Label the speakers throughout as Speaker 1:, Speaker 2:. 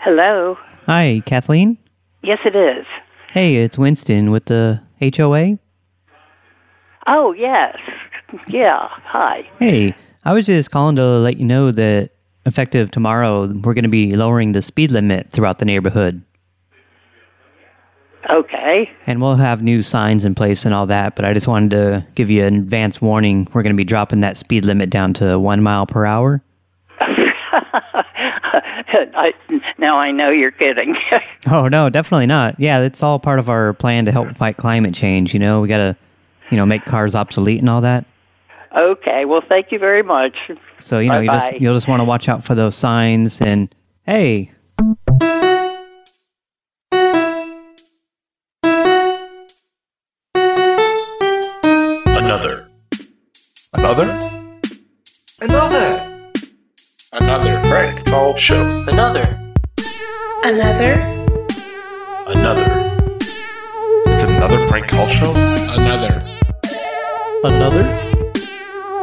Speaker 1: Hello.
Speaker 2: Hi, Kathleen.
Speaker 1: Yes, it is.
Speaker 2: Hey, it's Winston with the HOA.
Speaker 1: Oh, yes. Yeah. Hi.
Speaker 2: Hey, I was just calling to let you know that effective tomorrow, we're going to be lowering the speed limit throughout the neighborhood.
Speaker 1: Okay.
Speaker 2: And we'll have new signs in place and all that, but I just wanted to give you an advance warning. We're going to be dropping that speed limit down to one mile per hour.
Speaker 1: I, now I know you're kidding.
Speaker 2: Oh, no, definitely not. Yeah, that's all part of our plan to help fight climate change, you know? We got to, you know, make cars obsolete and all that.
Speaker 1: okay. Well, thank you very much.
Speaker 2: So, you know, you
Speaker 1: Bye-bye.
Speaker 2: just, you'll just want to watch out for those signs and, hey,
Speaker 3: Another.
Speaker 4: Another?
Speaker 5: Another.
Speaker 4: Another Frank Call Show. Another.
Speaker 6: Another?
Speaker 3: Another.
Speaker 4: It's another Frank Call Show? Another.
Speaker 3: Another.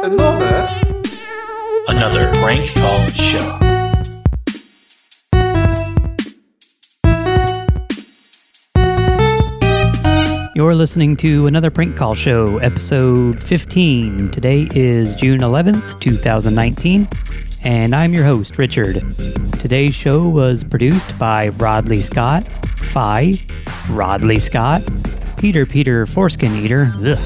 Speaker 5: Another.
Speaker 3: Another prank call show.
Speaker 2: You're listening to another prank call show, episode 15. Today is June 11th, 2019, and I'm your host, Richard. Today's show was produced by Rodley Scott, Phi, Rodley Scott, Peter Peter Foreskin Eater, ugh,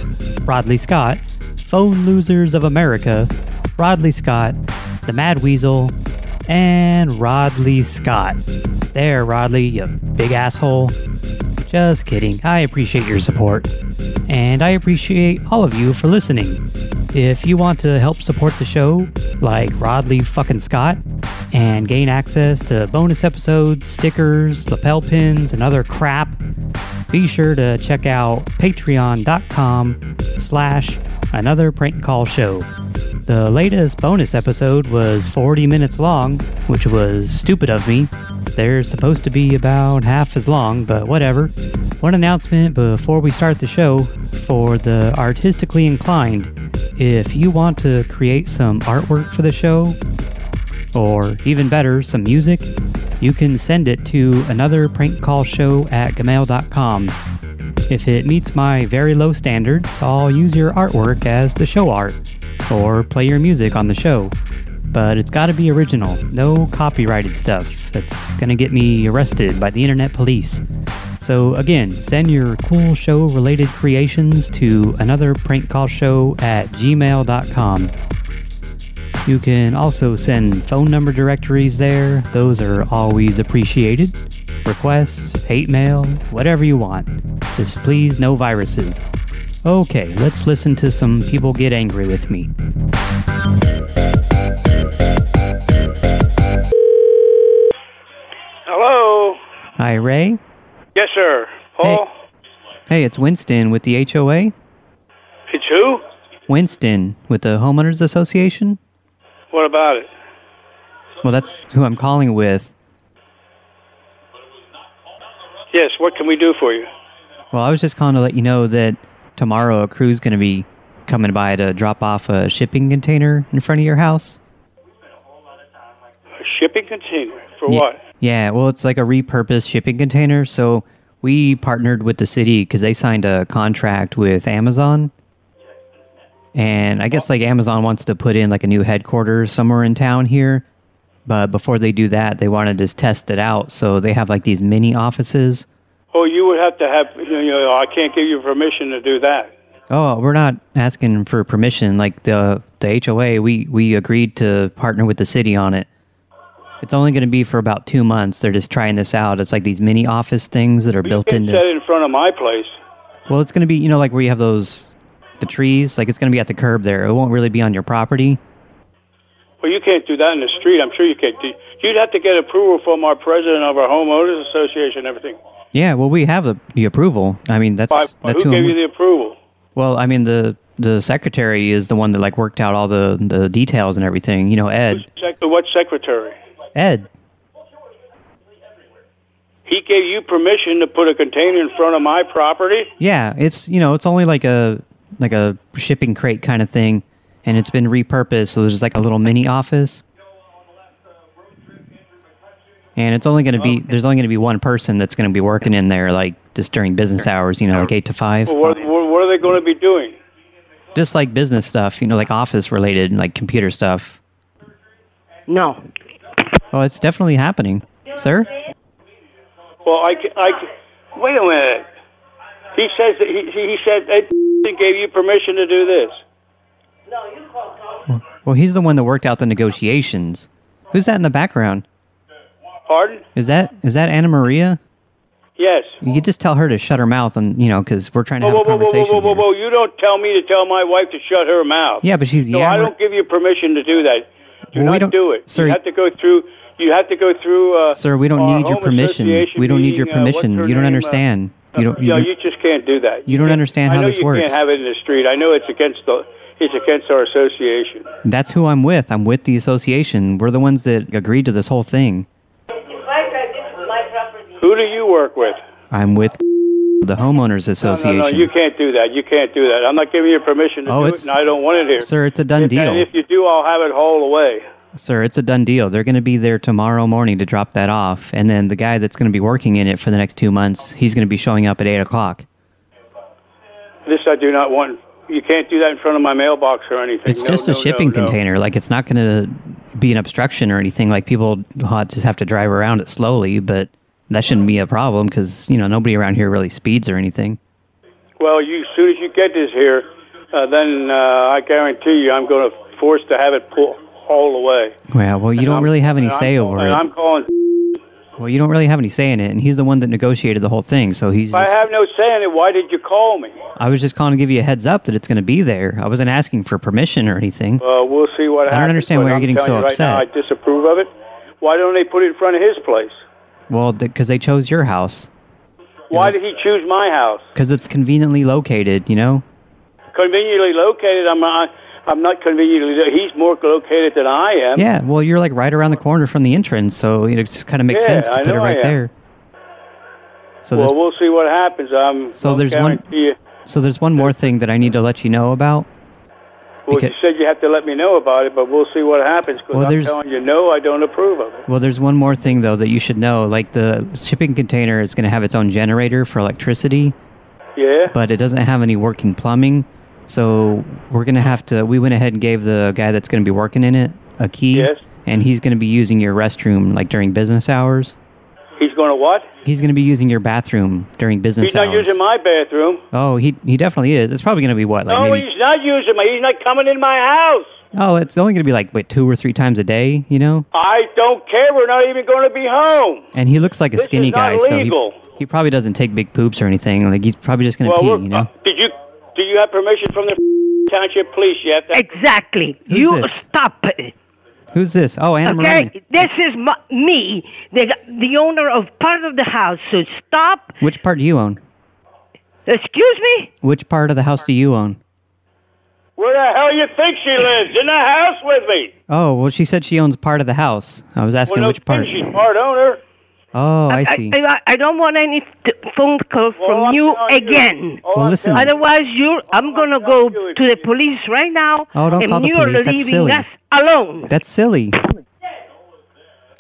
Speaker 2: Rodley Scott, Phone Losers of America, Rodley Scott, The Mad Weasel, and Rodley Scott. There, Rodley, you big asshole. Just kidding. I appreciate your support. And I appreciate all of you for listening. If you want to help support the show, like Rodley fucking Scott, and gain access to bonus episodes, stickers, lapel pins, and other crap, be sure to check out patreon.com slash another prank call show. The latest bonus episode was 40 minutes long, which was stupid of me. They're supposed to be about half as long, but whatever. One announcement before we start the show for the artistically inclined. If you want to create some artwork for the show, or even better, some music, you can send it to another prank call show at gmail.com. If it meets my very low standards, I'll use your artwork as the show art or play your music on the show. But it's got to be original, no copyrighted stuff. That's going to get me arrested by the internet police. So again, send your cool show related creations to another prank call show at gmail.com. You can also send phone number directories there. Those are always appreciated. Requests, hate mail, whatever you want. Just please no viruses. Okay, let's listen to some people get angry with me.
Speaker 7: Hello.
Speaker 2: Hi, Ray.
Speaker 7: Yes, sir. Paul.
Speaker 2: Hey, it's Winston with the HOA.
Speaker 7: It's who?
Speaker 2: Winston with the Homeowners Association.
Speaker 7: What about it?
Speaker 2: Well, that's who I'm calling with.
Speaker 7: Yes. What can we do for you?
Speaker 2: Well, I was just calling to let you know that tomorrow a crew's going to be coming by to drop off a shipping container in front of your house.
Speaker 7: A shipping container for
Speaker 2: Ye-
Speaker 7: what?
Speaker 2: Yeah, well, it's like a repurposed shipping container. So we partnered with the city because they signed a contract with Amazon. And I guess like Amazon wants to put in like a new headquarters somewhere in town here. But before they do that, they want to just test it out. So they have like these mini offices.
Speaker 7: Oh, you would have to have. You know, I can't give you permission to do that.
Speaker 2: Oh, we're not asking for permission. Like the the HOA, we we agreed to partner with the city on it. It's only going to be for about two months. They're just trying this out. It's like these mini office things that are
Speaker 7: You
Speaker 2: built
Speaker 7: can't
Speaker 2: into.
Speaker 7: set it in front of my place.
Speaker 2: Well, it's going to be, you know, like where you have those, the trees, like it's going to be at the curb there. It won't really be on your property.
Speaker 7: Well, you can't do that in the street. I'm sure you can't. Do, you'd have to get approval from our president of our homeowners association. and Everything.
Speaker 2: Yeah, well, we have the, the approval. I mean, that's,
Speaker 7: By,
Speaker 2: that's
Speaker 7: who
Speaker 2: who,
Speaker 7: gave
Speaker 2: I'm-
Speaker 7: you the approval?
Speaker 2: well, I mean, the, the secretary is the one that like worked out all the, the details and everything, you know, Ed,
Speaker 7: Sec- what secretary?
Speaker 2: Ed.
Speaker 7: He gave you permission to put a container in front of my property.
Speaker 2: Yeah. It's, you know, it's only like a, like a shipping crate kind of thing. And it's been repurposed. So there's like a little mini office. And it's only going to be there's only going to be one person that's going to be working in there, like just during business hours, you know, like eight to five,
Speaker 7: Well, what, what what are they going to be doing?
Speaker 2: just like business stuff, you know, like office related, and like computer stuff.
Speaker 8: No.
Speaker 2: Oh, it's definitely happening, sir.
Speaker 7: Well, I, ca- I ca- wait a minute. He says that he, he he said that gave you permission to do this.
Speaker 2: Well, he's the one that worked out the negotiations. Who's that in the background?
Speaker 7: Pardon?
Speaker 2: Is that is that Anna Maria?
Speaker 7: Yes.
Speaker 2: You could just tell her to shut her mouth, and you know, because we're trying to
Speaker 7: Whoa,
Speaker 2: have
Speaker 7: whoa,
Speaker 2: a
Speaker 7: whoa, whoa,
Speaker 2: conversation.
Speaker 7: whoa, whoa,
Speaker 2: here.
Speaker 7: whoa! You don't tell me to tell my wife to shut her mouth.
Speaker 2: Yeah, but she's
Speaker 7: No, I
Speaker 2: yammer-
Speaker 7: don't give you permission to do that. Do
Speaker 2: Well, we
Speaker 7: not
Speaker 2: don't-
Speaker 7: do it.
Speaker 2: sir-
Speaker 7: you have to go through. You have to go through. Uh,
Speaker 2: Sir, we don't
Speaker 7: our
Speaker 2: need your
Speaker 7: home
Speaker 2: permission.
Speaker 7: association
Speaker 2: We don't need your
Speaker 7: meeting, uh, what's
Speaker 2: permission.
Speaker 7: her
Speaker 2: You don't
Speaker 7: name, uh,
Speaker 2: understand. You don't.
Speaker 7: no,
Speaker 2: You,
Speaker 7: you just can't do that.
Speaker 2: you don't understand
Speaker 7: I
Speaker 2: how
Speaker 7: know
Speaker 2: this
Speaker 7: you
Speaker 2: works.
Speaker 7: can't have it in the street. I know it's against the. It's against our association.
Speaker 2: That's who I'm with. I'm with the association. We're the ones that agreed to this whole thing.
Speaker 7: Who do you work with?
Speaker 2: I'm with the homeowners association.
Speaker 7: No, no, no, you can't do that. You can't do that. I'm not giving you permission to
Speaker 2: Oh,
Speaker 7: do
Speaker 2: it's-
Speaker 7: it, and I don't want it here.
Speaker 2: Sir, it's a done
Speaker 7: If-
Speaker 2: deal.
Speaker 7: And if you do, I'll have it hauled away.
Speaker 2: Sir, it's a done deal. They're going to be there tomorrow morning to drop that off, and then the guy that's going to be working in it for the next two months, he's going to be showing up at eight o'clock.
Speaker 7: This I do not want. You can't do that in front of my mailbox or anything.
Speaker 2: It's
Speaker 7: No,
Speaker 2: just
Speaker 7: no,
Speaker 2: a
Speaker 7: no,
Speaker 2: shipping
Speaker 7: no.
Speaker 2: container. Like it's not going to be an obstruction or anything. Like people ha- just have to drive around it slowly, but that shouldn't be a problem because you know nobody around here really speeds or anything.
Speaker 7: Well, you as soon as you get this here, uh, then uh, I guarantee you, I'm going to force to have it pull hauled away.
Speaker 2: Yeah, well, you
Speaker 7: And
Speaker 2: don't
Speaker 7: I'm-
Speaker 2: really have any
Speaker 7: and I'm
Speaker 2: say
Speaker 7: call-
Speaker 2: over
Speaker 7: and
Speaker 2: it.
Speaker 7: I'm calling.
Speaker 2: Well, you don't really have any say in it, and he's the one that negotiated the whole thing. So he's.
Speaker 7: If I
Speaker 2: just-
Speaker 7: have no say in it, why did you call me?
Speaker 2: I was just calling to give you a heads up that it's going to be there. I wasn't asking for permission or anything.
Speaker 7: Uh, we'll see what
Speaker 2: I don't
Speaker 7: happens.
Speaker 2: understand
Speaker 7: but
Speaker 2: why you're
Speaker 7: I'm
Speaker 2: getting
Speaker 7: telling
Speaker 2: so
Speaker 7: you right now,
Speaker 2: upset.
Speaker 7: I disapprove of it. Why don't they put it in front of his place?
Speaker 2: Well, because they chose your house.
Speaker 7: Why
Speaker 2: Yes.
Speaker 7: did he choose my house?
Speaker 2: Because it's conveniently located, you know?
Speaker 7: Conveniently located. I'm not. I'm not conveniently. lo- He's more located than I am.
Speaker 2: Yeah, well, you're like right around the corner from the entrance, so it just kind of makes
Speaker 7: Yeah,
Speaker 2: sense to
Speaker 7: I
Speaker 2: put it
Speaker 7: know I
Speaker 2: right
Speaker 7: am.
Speaker 2: there. So
Speaker 7: well,
Speaker 2: there's,
Speaker 7: we'll see what happens. I'm.
Speaker 2: So
Speaker 7: I'll
Speaker 2: there's one-
Speaker 7: guarantee You.
Speaker 2: so there's one more thing that I need to let you know about.
Speaker 7: Well,
Speaker 2: Because-
Speaker 7: you said you have to let me know about it, but we'll see what happens. Because
Speaker 2: Well,
Speaker 7: I'm
Speaker 2: there's-
Speaker 7: telling you, no, I don't approve of it.
Speaker 2: Well, there's one more thing, though, that you should know. Like, the shipping container is going to have its own generator for electricity,
Speaker 7: Yeah.
Speaker 2: but it doesn't have any working plumbing. So we're going to have to. We went ahead and gave the guy that's going to be working in it a key.
Speaker 7: Yes.
Speaker 2: And he's going to be using your restroom, like, during business hours.
Speaker 7: He's going to what?
Speaker 2: He's going to be using your bathroom during business
Speaker 7: He's not
Speaker 2: hours.
Speaker 7: using my bathroom.
Speaker 2: oh, he he definitely is. It's probably going to be what, like
Speaker 7: no,
Speaker 2: maybe?
Speaker 7: he's not using my. He's not coming in my house.
Speaker 2: Oh, it's only going to be like wait two or three times a day, you know.
Speaker 7: I don't care. We're not even going to be home.
Speaker 2: And he looks like a
Speaker 7: This is
Speaker 2: skinny
Speaker 7: not
Speaker 2: guy,
Speaker 7: legal.
Speaker 2: so he, he probably doesn't take big poops or anything. Like he's probably just going to
Speaker 7: well, we're,
Speaker 2: pee, you know.
Speaker 7: uh, did you do you have permission from the township police? You have to.
Speaker 8: Exactly.
Speaker 2: Who's
Speaker 8: you
Speaker 2: this?
Speaker 8: stop it.
Speaker 2: Who's this? Oh, Anna
Speaker 8: Okay?
Speaker 2: Marie.
Speaker 8: This is my, me, the, the owner of part of the house. So stop.
Speaker 2: Which part do you own?
Speaker 8: Excuse me?
Speaker 2: Which part of the house do you own?
Speaker 7: Where the hell you think she lives? In the house with me.
Speaker 2: Oh, well, she said she owns part of the house. I was asking
Speaker 7: well, no
Speaker 2: which part.
Speaker 7: kidding, She's part owner.
Speaker 2: Oh, I see.
Speaker 8: I, I, I don't want any t- phone call
Speaker 7: Well,
Speaker 8: from
Speaker 7: I'm
Speaker 8: you
Speaker 7: telling
Speaker 8: again.
Speaker 7: All
Speaker 2: Well,
Speaker 7: I'm
Speaker 2: listen.
Speaker 7: telling you-
Speaker 8: Otherwise, you I'm gonna
Speaker 7: telling
Speaker 8: go
Speaker 7: you, if
Speaker 8: to the
Speaker 7: you-
Speaker 8: police right now,
Speaker 2: Oh, don't
Speaker 8: and
Speaker 2: call the
Speaker 8: you're
Speaker 2: police. That's
Speaker 8: leaving
Speaker 2: silly.
Speaker 8: us alone.
Speaker 2: That's silly.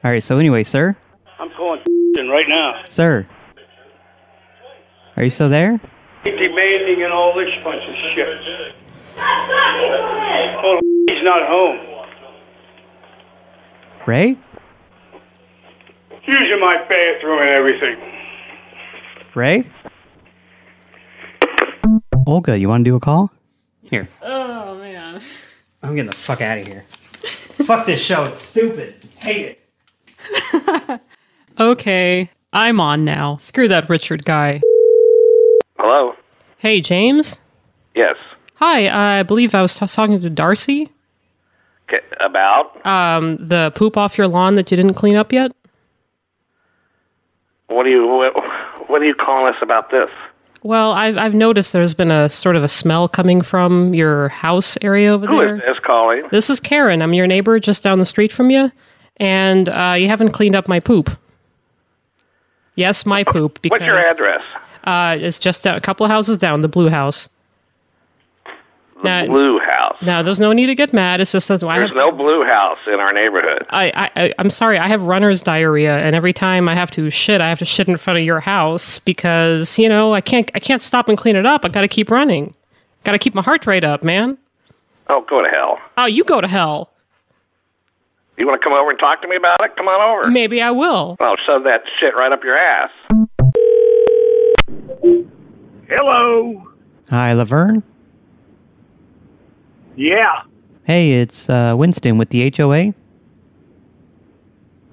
Speaker 2: All right. So anyway, sir,
Speaker 7: I'm calling right now.
Speaker 2: sir, are you still there?
Speaker 7: demanding and all this bunch of shit. Oh, he's not home.
Speaker 2: Ray?
Speaker 7: Using my bathroom and everything.
Speaker 2: Ray? Olga, you want to do a call? Here.
Speaker 9: Oh man.
Speaker 2: I'm getting the fuck out of here. fuck this show. It's stupid. Hate it.
Speaker 9: Okay, I'm on now. Screw that Richard guy.
Speaker 10: Hello?
Speaker 9: Hey, James.
Speaker 10: Yes.
Speaker 9: Hi, I believe I was t- talking to Darcy.
Speaker 10: K- about?
Speaker 9: Um, the poop off your lawn that you didn't clean up yet.
Speaker 10: What do you what, what are you calling us about this?
Speaker 9: Well, I've I've noticed there's been a sort of a smell coming from your house area over
Speaker 10: Who
Speaker 9: there.
Speaker 10: is this calling?
Speaker 9: This is Karen. I'm your neighbor just down the street from you, and uh, you haven't cleaned up my poop. Yes, my poop. Because,
Speaker 10: What's your address?
Speaker 9: Uh, it's just a couple of houses down, the blue house. Now,
Speaker 10: blue house.
Speaker 9: now, there's no need to get mad. It's just that I have,
Speaker 10: There's no blue house in our neighborhood.
Speaker 9: I, I, I, I'm sorry, I have runner's diarrhea, and every time I have to shit, I have to shit in front of your house because you know I can't, I can't stop and clean it up. I got to keep running. Got to keep my heart rate up, man.
Speaker 10: Oh, go to hell.
Speaker 9: Oh, you go to hell.
Speaker 10: You want to come over and talk to me about it? Come on over.
Speaker 9: Maybe I will.
Speaker 10: I'll shove that shit right up your ass. Hello.
Speaker 2: Hi, Laverne.
Speaker 11: Yeah.
Speaker 2: Hey, it's uh, Winston with the HOA.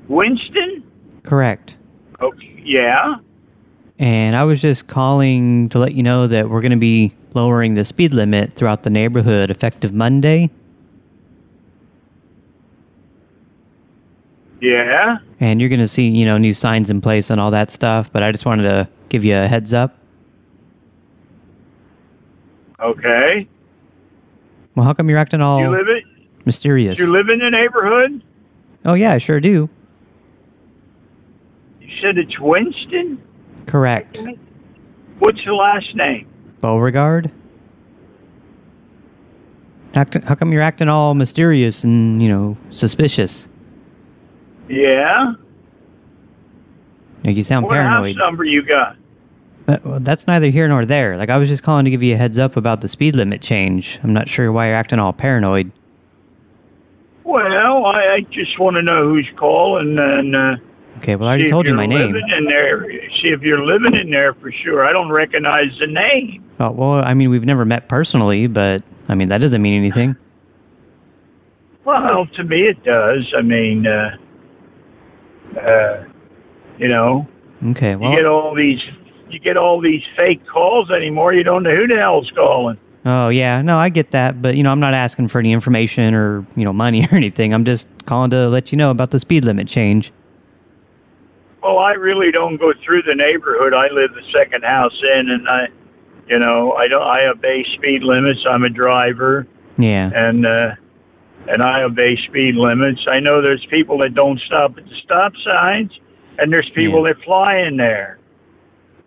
Speaker 11: Winston?
Speaker 2: Correct.
Speaker 11: Oh, yeah.
Speaker 2: And I was just calling to let you know that we're going to be lowering the speed limit throughout the neighborhood effective Monday.
Speaker 11: Yeah.
Speaker 2: And you're going to see, you know, new signs in place and all that stuff. But I just wanted to give you a heads up.
Speaker 11: Okay.
Speaker 2: Well, how come you're acting all
Speaker 11: You live it?
Speaker 2: mysterious?
Speaker 11: You live in the neighborhood?
Speaker 2: oh, yeah, I sure do.
Speaker 11: You said it's Winston?
Speaker 2: Correct.
Speaker 11: What's your last name?
Speaker 2: Beauregard? Act- How come you're acting all mysterious and, you know, suspicious?
Speaker 11: Yeah.
Speaker 2: Like, you sound
Speaker 11: what
Speaker 2: paranoid.
Speaker 11: house number you got?
Speaker 2: But, well, that's neither here nor there. Like, I was just calling to give you a heads up about the speed limit change. I'm not sure why you're acting all paranoid.
Speaker 11: Well, I, I just want to know who's calling and uh,
Speaker 2: Okay, well, I already
Speaker 11: see
Speaker 2: told
Speaker 11: if
Speaker 2: you my
Speaker 11: you're
Speaker 2: name.
Speaker 11: living in there. See if you're living in there for sure. I don't recognize the name.
Speaker 2: Oh, well, I mean, we've never met personally, but, I mean, that doesn't mean anything.
Speaker 11: Well, to me it does. I mean, uh, uh, you know,
Speaker 2: Okay, well,
Speaker 11: you get all these you get all these fake calls anymore. You don't know who the hell's calling.
Speaker 2: oh, yeah, no, I get that, but, you know, I'm not asking for any information or, you know, money or anything. I'm just calling to let you know about the speed limit change.
Speaker 11: Well, I really don't go through the neighborhood. I live the second house in, and I, you know, I don't. I obey speed limits. I'm a driver,
Speaker 2: Yeah.
Speaker 11: and uh, and I obey speed limits. I know there's people that don't stop at the stop signs, and there's people that fly in there.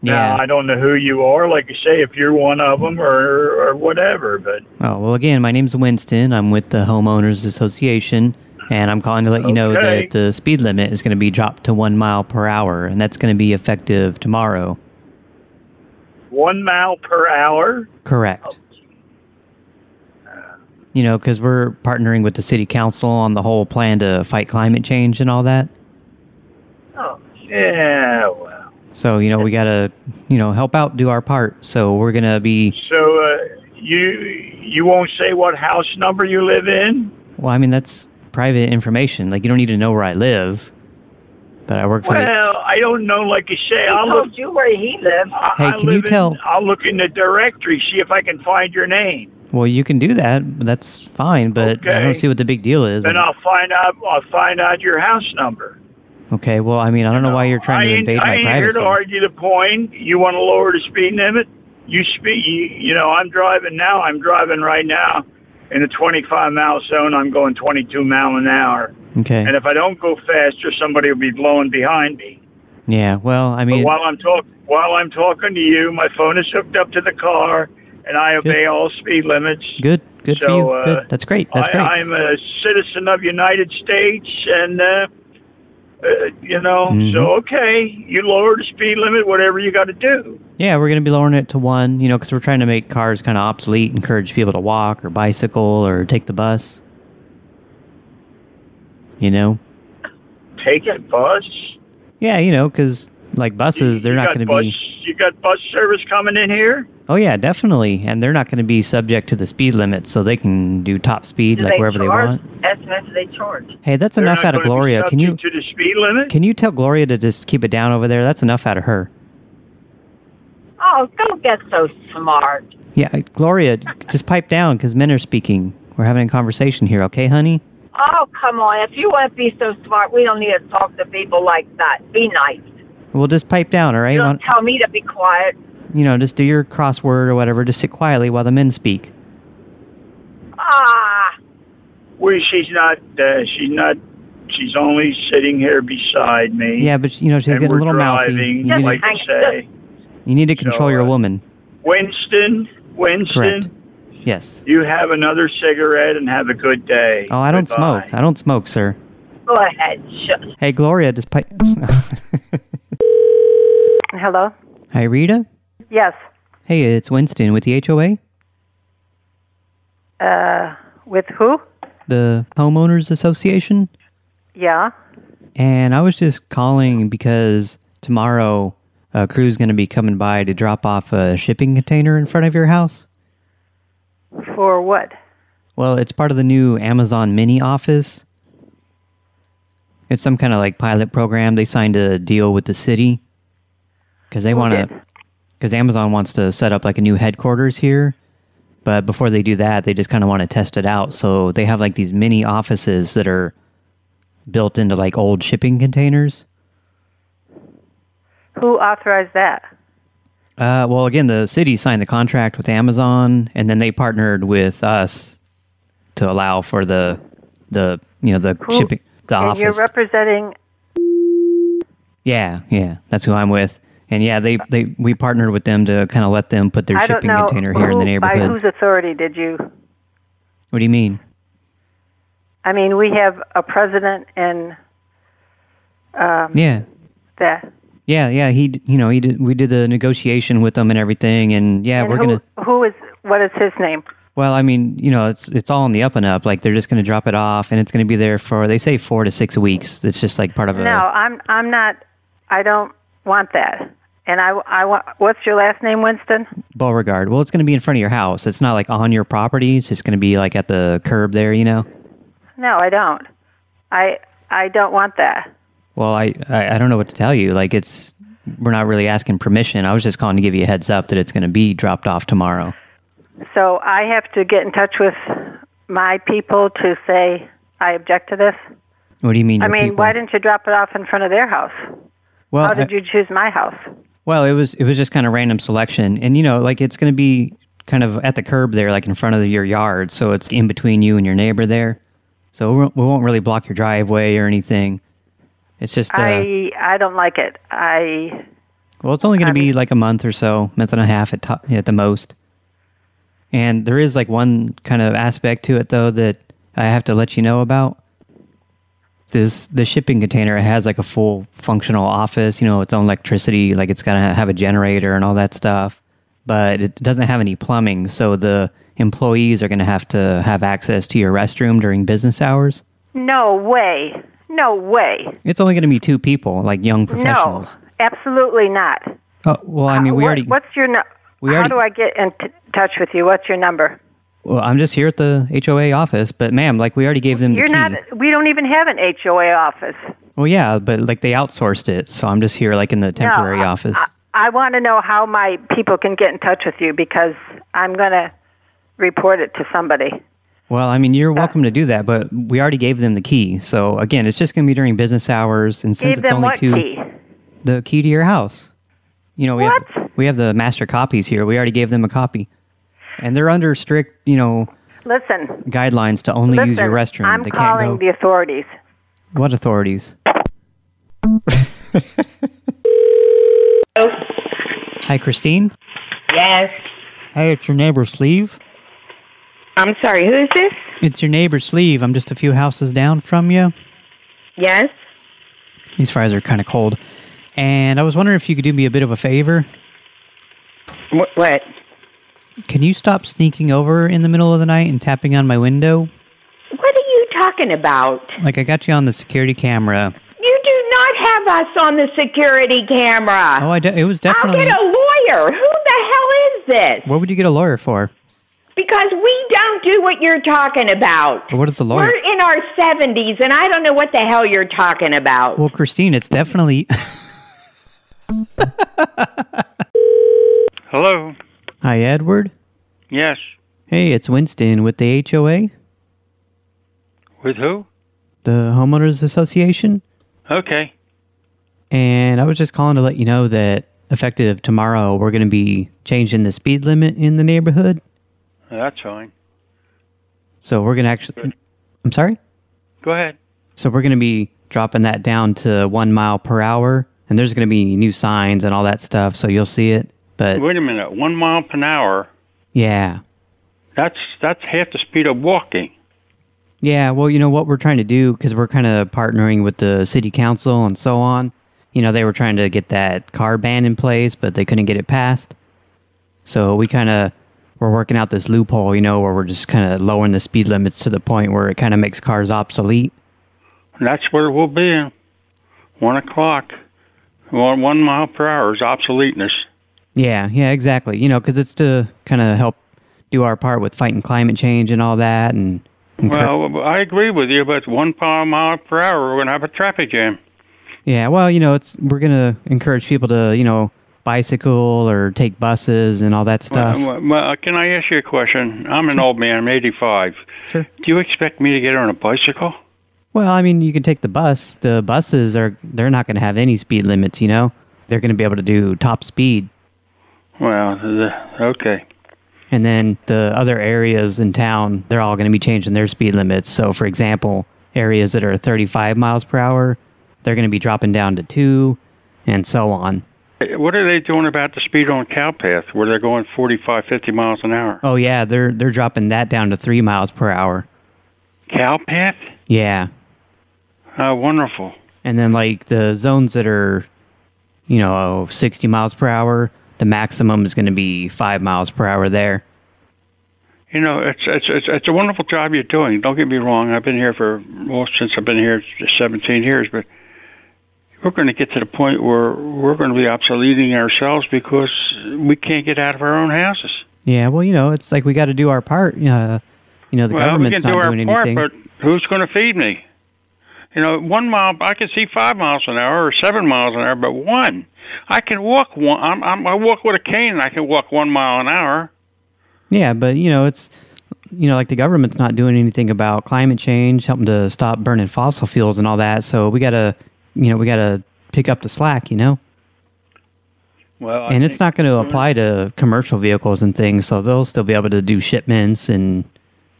Speaker 11: Now
Speaker 2: Yeah.
Speaker 11: I don't know who you are. Like I say, if you're one of them or or whatever, but
Speaker 2: Oh, well, again, my name's Winston. I'm with the Homeowners Association, and I'm calling to let you know
Speaker 11: Okay.
Speaker 2: that the speed limit is going to be dropped to one mile per hour, and that's going to be effective tomorrow.
Speaker 11: one mile per hour.
Speaker 2: Correct. You know, because we're partnering with the city council on the whole plan to fight climate change and all that.
Speaker 11: Oh, yeah. Well,
Speaker 2: So, you know, we got to, you know, help out, do our part. So we're going to be,
Speaker 11: so uh, you you won't say what house number you live in?
Speaker 2: well, I mean, that's private information. Like, you don't need to know where I live, but I work for the.
Speaker 11: Well, I don't know. Like you say, I'll look you where he lives. I,
Speaker 2: Hey,
Speaker 11: I
Speaker 2: can you
Speaker 11: live in-
Speaker 2: tell-
Speaker 11: I'll look in the directory, see if I can find your name,
Speaker 2: Well, you can do that. but That's fine, but I don't
Speaker 11: Okay.
Speaker 2: see what the big deal is.
Speaker 11: then I'll find out. I'll find out your house number.
Speaker 2: okay, well, I mean, I don't know why you're
Speaker 11: I
Speaker 2: trying to
Speaker 11: ain't,
Speaker 2: invade
Speaker 11: I
Speaker 2: my
Speaker 11: ain't here
Speaker 2: privacy.
Speaker 11: to argue the point. You want to lower the speed limit? You speed. You, you know, I'm driving now. I'm driving right now in a 25 mile zone. I'm going 22 mile an hour,
Speaker 2: Okay.
Speaker 11: and if I don't go faster, somebody will be blowing behind me.
Speaker 2: Yeah, well, I mean,
Speaker 11: but while I'm talk while I'm talking to you, my phone is hooked up to the car, and I obey all speed limits.
Speaker 2: good, good for
Speaker 11: So,
Speaker 2: you.
Speaker 11: uh,
Speaker 2: good. That's great. That's
Speaker 11: I,
Speaker 2: great.
Speaker 11: I'm a citizen of United States, and uh, uh, you know,
Speaker 2: Mhm.
Speaker 11: so okay, you lower the speed limit, whatever you got to do.
Speaker 2: yeah, we're going to be lowering it to one, you know, because we're trying to make cars kind of obsolete, encourage people to walk or bicycle or take the bus. You know?
Speaker 11: Take a bus.
Speaker 2: Yeah, you know, because, like, buses, they're
Speaker 11: you
Speaker 2: not
Speaker 11: got
Speaker 2: going to
Speaker 11: bus,
Speaker 2: be.
Speaker 11: You got bus service coming in here.
Speaker 2: Oh, yeah, definitely. And they're not going to be subject to the speed limit, so they can do top speed, like, wherever they want.
Speaker 12: That's much they charge.
Speaker 2: Hey, that's
Speaker 11: They're
Speaker 2: enough
Speaker 11: not
Speaker 2: out of
Speaker 11: gonna be
Speaker 2: Gloria. Can you
Speaker 11: subject to the speed limit?
Speaker 2: can you tell Gloria to just keep it down over there? That's enough out of her.
Speaker 12: Oh, don't get so smart.
Speaker 2: Yeah, I- Gloria, just pipe down because men are speaking. We're having a conversation here, okay, honey?
Speaker 12: Oh, come on. If you want to be so smart, we don't need to talk to people like that. Be nice.
Speaker 2: Well, just pipe down, all right?
Speaker 12: Don't
Speaker 2: Want-
Speaker 12: tell me to be quiet.
Speaker 2: you know, just do your crossword or whatever. Just sit quietly while the men speak.
Speaker 12: Ah,
Speaker 11: Well, she's not. Uh, she's not. She's only sitting here beside me.
Speaker 2: Yeah, but you know she's
Speaker 11: and
Speaker 2: getting a
Speaker 11: we're
Speaker 2: little mouthy. You
Speaker 11: driving,
Speaker 2: need,
Speaker 11: like
Speaker 2: to,
Speaker 11: I say,
Speaker 2: you need to control your woman.
Speaker 11: Winston, Winston,
Speaker 2: Correct. Yes.
Speaker 11: You have another cigarette and have a good day.
Speaker 2: Oh, I don't smoke. I don't smoke, sir.
Speaker 12: Go ahead. Sh-
Speaker 2: Hey, Gloria, just pipe.
Speaker 12: Hello?
Speaker 2: Hi, Rita.
Speaker 12: Yes.
Speaker 2: Hey, it's Winston with the HOA,
Speaker 12: Uh, with who?
Speaker 2: the Homeowners Association.
Speaker 12: Yeah.
Speaker 2: And I was just calling because tomorrow a crew's going to be coming by to drop off a shipping container in front of your house.
Speaker 12: For what?
Speaker 2: Well, it's part of the new Amazon mini office. It's some kind of like pilot program. They signed a deal with the city because they want to, because Amazon wants to set up like a new headquarters here. But before they do that, they just kind of want to test it out. So they have like these mini offices that are built into like old shipping containers.
Speaker 12: Who authorized that?
Speaker 2: Uh, well, again, the city signed the contract with Amazon, and then they partnered with us to allow for the the you know the
Speaker 12: Who-
Speaker 2: shipping the
Speaker 12: and you're
Speaker 2: office.
Speaker 12: representing.
Speaker 2: yeah, yeah, that's who I'm with. And yeah, they they we partnered with them to kind of let them put their
Speaker 12: I don't
Speaker 2: shipping
Speaker 12: know
Speaker 2: container here in the
Speaker 12: who- By
Speaker 2: neighborhood.
Speaker 12: whose authority did you?
Speaker 2: What do you mean?
Speaker 12: I mean, we have a president and um,
Speaker 2: Yeah,
Speaker 12: the.
Speaker 2: yeah, yeah. He d- you know he did we did the negotiation with them and everything, and yeah,
Speaker 12: and
Speaker 2: we're
Speaker 12: who,
Speaker 2: gonna.
Speaker 12: Who is? What is his name?
Speaker 2: Well, I mean, you know, it's it's all in the up and up. Like they're just going to drop it off, and it's going to be there for they say four to six weeks. It's just like part of a
Speaker 12: No, I'm. I'm not. I don't want that. And I. I want. What's your last name, Winston?
Speaker 2: Beauregard. Well, it's going to be in front of your house. It's not like on your property. It's just going to be like at the curb there, you know?
Speaker 12: No, I don't. I. I don't want that.
Speaker 2: Well, I, I, I don't know what to tell you. Like, it's, we're not really asking permission. I was just calling to give you a heads up that it's going to be dropped off tomorrow.
Speaker 12: So I have to get in touch with my people to say I object to this.
Speaker 2: What do you mean?
Speaker 12: I
Speaker 2: your
Speaker 12: mean,
Speaker 2: people?
Speaker 12: why didn't you drop it off in front of their house?
Speaker 2: well,
Speaker 12: How
Speaker 2: I-
Speaker 12: did you choose my house?
Speaker 2: Well, it was it was just kind of random selection, and you know, like it's going to be kind of at the curb there, like in front of your yard, so it's in between you and your neighbor there. So we won't- we won't really block your driveway or anything. It's just uh,
Speaker 12: I I don't like it. I
Speaker 2: well, it's only going to be like a month or so, month and a half at to- at the most. And there is like one kind of aspect to it though that I have to let you know about. This the shipping container it has like a full functional office, you know, its own electricity, like it's got to have a generator and all that stuff. But it doesn't have any plumbing, so the employees are going to have to have access to your restroom during business hours.
Speaker 12: no way. No way.
Speaker 2: It's only going to be two people, like young professionals.
Speaker 12: No. Absolutely not.
Speaker 2: Oh, well, I mean, we
Speaker 12: What-
Speaker 2: already
Speaker 12: What's your nu-
Speaker 2: we
Speaker 12: How
Speaker 2: already-
Speaker 12: do I get in t- touch with you? What's your number?
Speaker 2: Well, I'm just here at the HOA office, but ma'am, like we already gave them the
Speaker 12: You're
Speaker 2: key.
Speaker 12: not we don't even have an HOA office.
Speaker 2: well, yeah, but like they outsourced it, so I'm just here like in the temporary
Speaker 12: I-
Speaker 2: office.
Speaker 12: I want to know how my people can get in touch with you because I'm going to report it to somebody.
Speaker 2: well, I mean, you're welcome to do that, but we already gave them the key. So again, it's just going to be during business hours, and since
Speaker 12: Give
Speaker 2: it's
Speaker 12: them
Speaker 2: only
Speaker 12: what
Speaker 2: two,
Speaker 12: key?
Speaker 2: the key to your house. You know, we have we have the master copies here. We already gave them a copy, and they're under strict, you know,
Speaker 12: Listen.
Speaker 2: guidelines to only
Speaker 12: listen,
Speaker 2: use your restroom.
Speaker 12: I'm
Speaker 2: they
Speaker 12: calling
Speaker 2: can't go.
Speaker 12: the authorities.
Speaker 2: What authorities? Hi, Christine.
Speaker 13: Yes.
Speaker 2: Hey, it's your neighbor Sleeve.
Speaker 13: I'm sorry, who is this?
Speaker 2: It's your neighbor Sleeve. I'm just a few houses down from you.
Speaker 13: Yes.
Speaker 2: These fries are kind of cold. And I was wondering if you could do me a bit of a favor.
Speaker 13: What?
Speaker 2: Can you stop sneaking over in the middle of the night and tapping on my window?
Speaker 13: What are you talking about?
Speaker 2: Like, I got you on the security camera.
Speaker 13: You do not have us on the security camera.
Speaker 2: Oh, I de- it was
Speaker 13: I'll
Speaker 2: definitely...
Speaker 13: get a lawyer. Who the hell is this?
Speaker 2: What would you get a lawyer for?
Speaker 13: Because we don't do what you're talking about.
Speaker 2: Or What is the lawyer?
Speaker 13: We're in our 70s, and I don't know what the hell you're talking about.
Speaker 2: Well, Christine, it's definitely...
Speaker 14: Hello.
Speaker 2: Hi, Edward.
Speaker 14: Yes.
Speaker 2: Hey, it's Winston with the HOA,
Speaker 14: With who?
Speaker 2: the Homeowners Association.
Speaker 14: Okay.
Speaker 2: And I was just calling to let you know that effective tomorrow, we're going to be changing the speed limit in the neighborhood.
Speaker 14: That's fine.
Speaker 2: So we're going to actually... I'm sorry?
Speaker 14: Go ahead.
Speaker 2: So we're going to be dropping that down to one mile per hour, and there's going to be new signs and all that stuff, so you'll see it. But
Speaker 14: Wait a minute. One mile per hour.
Speaker 2: yeah,
Speaker 14: That's that's half the speed of walking.
Speaker 2: Yeah, well, you know what we're trying to do because we're kind of partnering with the city council and so on. You know, they were trying to get that car ban in place, but they couldn't get it passed. So we kind of we're working out this loophole, you know, where we're just kind of lowering the speed limits to the point where it kind of makes cars obsolete.
Speaker 14: That's where we'll be. One o'clock. One, one mile per hour is obsoleteness.
Speaker 2: Yeah, yeah, exactly. You know, because it's to kind of help do our part with fighting climate change and all that, and
Speaker 14: Well, I agree with you, but one pound mile per hour, we're going to have a traffic jam.
Speaker 2: Yeah, well, you know, it's we're gonna encourage people to, you know, bicycle or take buses and all that stuff.
Speaker 14: Um, Well, well, can I ask you a question? I'm an old man. I'm 85.
Speaker 2: Sure.
Speaker 14: Do you expect me to get on a bicycle?
Speaker 2: Well, I mean, you can take the bus. The buses are they're not gonna have any speed limits. You know, they're gonna be able to do top speed,
Speaker 14: Well, the, okay.
Speaker 2: and then the other areas in town they're all gonna be changing their speed limits. So, for example, areas that are 35 miles per hour, they're gonna be dropping down to two, and so on.
Speaker 14: Eh, What are they doing about the speed on Cowpath where they're going 45, 50 miles an hour?
Speaker 2: Oh yeah, they're they're dropping that down to three miles per hour.
Speaker 14: Cowpath?
Speaker 2: Yeah.
Speaker 14: Oh, wonderful.
Speaker 2: And then like the zones that are, you know, 60 miles per hour, the maximum is going to be five miles per hour there.
Speaker 14: You know, it's, it's it's it's a wonderful job you're doing. Don't get me wrong. I've been here for well since I've been here 17 years, but we're going to get to the point where we're going to be obsoleting ourselves because we can't get out of our own houses.
Speaker 2: Yeah, well, you know, it's like we got to do our part. Uh, you know, the
Speaker 14: well, we
Speaker 2: government's
Speaker 14: can
Speaker 2: not
Speaker 14: do our
Speaker 2: doing
Speaker 14: part,
Speaker 2: anything.
Speaker 14: but who's going to feed me? You know, one mile I can see five miles an hour or seven miles an hour, but one I can walk one. I'm, I'm I walk with a cane. and I can walk one mile an hour.
Speaker 2: yeah, but you know, it's you know, like the government's not doing anything about climate change, helping to stop burning fossil fuels and all that. So we got to, you know, we got to pick up the slack. You know.
Speaker 14: Well,
Speaker 2: and it's not going to apply to commercial vehicles and things, so they'll still be able to do shipments and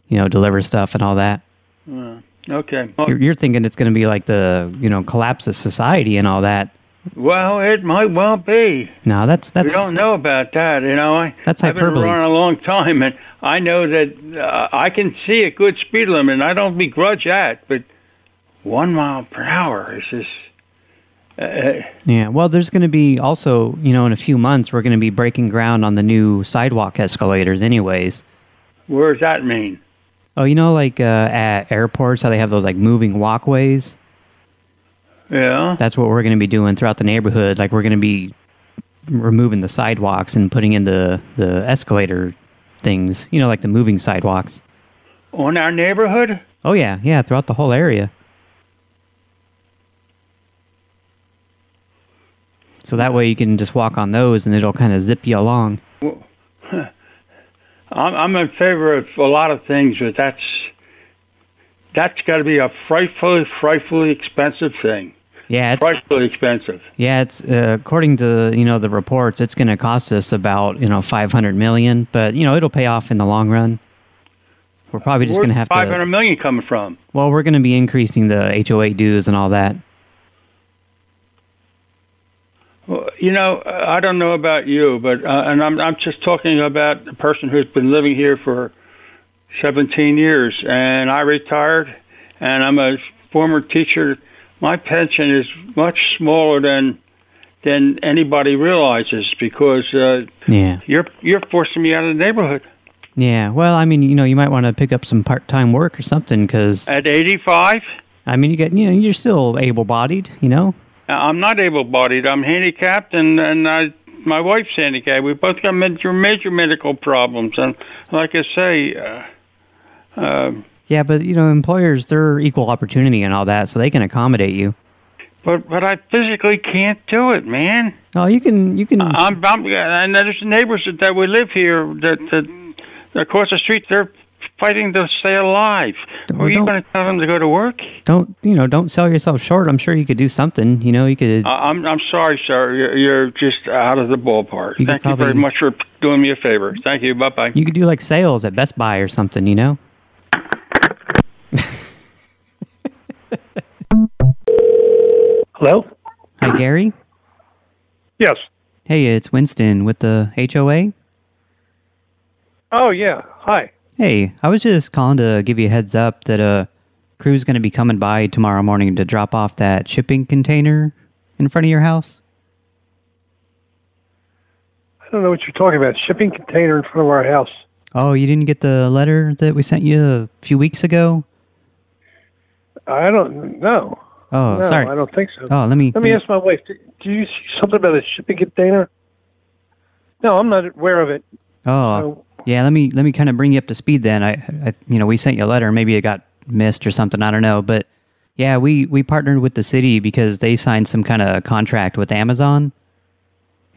Speaker 2: you know deliver stuff and all that.
Speaker 14: not. uh, okay.
Speaker 2: You're, you're thinking it's going to be like the you know collapse of society and all that.
Speaker 14: Well, it might well be.
Speaker 2: No, that's that's
Speaker 14: we don't know about that. You know, I,
Speaker 2: That's
Speaker 14: I've been
Speaker 2: hyperbole.
Speaker 14: around a long time, and I know that uh, I can see a good speed limit, and I don't begrudge that. But one mile per hour is just. Uh,
Speaker 2: yeah. Well, there's going to be also you know in a few months we're going to be breaking ground on the new sidewalk escalators, anyways.
Speaker 14: where does that mean?
Speaker 2: Oh, you know like uh, at airports how they have those like moving walkways.
Speaker 14: Yeah.
Speaker 2: That's what we're going to be doing throughout the neighborhood. Like we're going to be removing the sidewalks and putting in the the escalator things. You know, like the moving sidewalks.
Speaker 14: On our neighborhood?
Speaker 2: Oh yeah, yeah, throughout the whole area. So that way you can just walk on those and it'll kind of zip you along.
Speaker 14: Well, I'm, I'm in favor of a lot of things, but that's that's got to be a frightfully, frightfully expensive thing.
Speaker 2: Yeah, it's
Speaker 14: Frightfully expensive.
Speaker 2: yeah, it's uh, according to you know the reports, it's going to cost us about you know five hundred million, but you know it'll pay off in the long run. We're probably just
Speaker 14: Where's
Speaker 2: going to have
Speaker 14: five hundred
Speaker 2: to.
Speaker 14: million coming from?
Speaker 2: Well, we're going to be increasing the HOA dues and all that.
Speaker 14: Well, you know, I don't know about you, but uh, and I'm I'm just talking about the person who's been living here for 17 years, and I retired, and I'm a former teacher. My pension is much smaller than than anybody realizes because uh,
Speaker 2: Yeah.
Speaker 14: you're you're forcing me out of the neighborhood
Speaker 2: Yeah. Well, I mean, you know, you might want to pick up some part-time work or something because
Speaker 14: at 85.
Speaker 2: I mean, you get you know, you're still able-bodied, you know.
Speaker 14: I'm not able-bodied. I'm handicapped, and and I, my wife's handicapped. We both got major major medical problems, and like I say, uh, um
Speaker 2: Yeah, but you know, employers they're equal opportunity and all that, so they can accommodate you.
Speaker 14: but but I physically can't do it, man.
Speaker 2: Oh, you can you can
Speaker 14: I'm, I'm and there's neighbors that, that we live here that, that across the street they're fighting to stay alive. Are you
Speaker 2: don't-
Speaker 14: going to tell them to go to work?
Speaker 2: don't you know don't sell yourself short. I'm sure you could do something. You know, you could.
Speaker 14: I- I'm I'm sorry, sir. You're, you're just out of the ballpark.
Speaker 2: You could
Speaker 14: Thank you
Speaker 2: probably-
Speaker 14: very much for doing me a favor. Thank you. Bye bye.
Speaker 2: You could do like sales at Best Buy or something, you know?
Speaker 15: Hello?
Speaker 2: Hi, Gary.
Speaker 15: Yes.
Speaker 2: Hey, it's Winston with the HOA.
Speaker 15: Oh, yeah. Hi.
Speaker 2: Hey, I was just calling to give you a heads up that a crew's going to be coming by tomorrow morning to drop off that shipping container in front of your house.
Speaker 15: I don't know what you're talking about. Shipping container in front of our house.
Speaker 2: Oh, you didn't get the letter that we sent you a few weeks ago?
Speaker 15: I don't know.
Speaker 2: Oh,
Speaker 15: No,
Speaker 2: sorry.
Speaker 15: I don't think so.
Speaker 2: Oh, let me.
Speaker 15: Let me ask my wife. Do, do you see something about a shipping container? No, I'm not aware of it.
Speaker 2: Oh, yeah. Let me let me kind of bring you up to speed. Then I, I, you know, we sent you a letter. Maybe it got missed or something. I don't know. But yeah, we we partnered with the city because they signed some kind of contract with Amazon,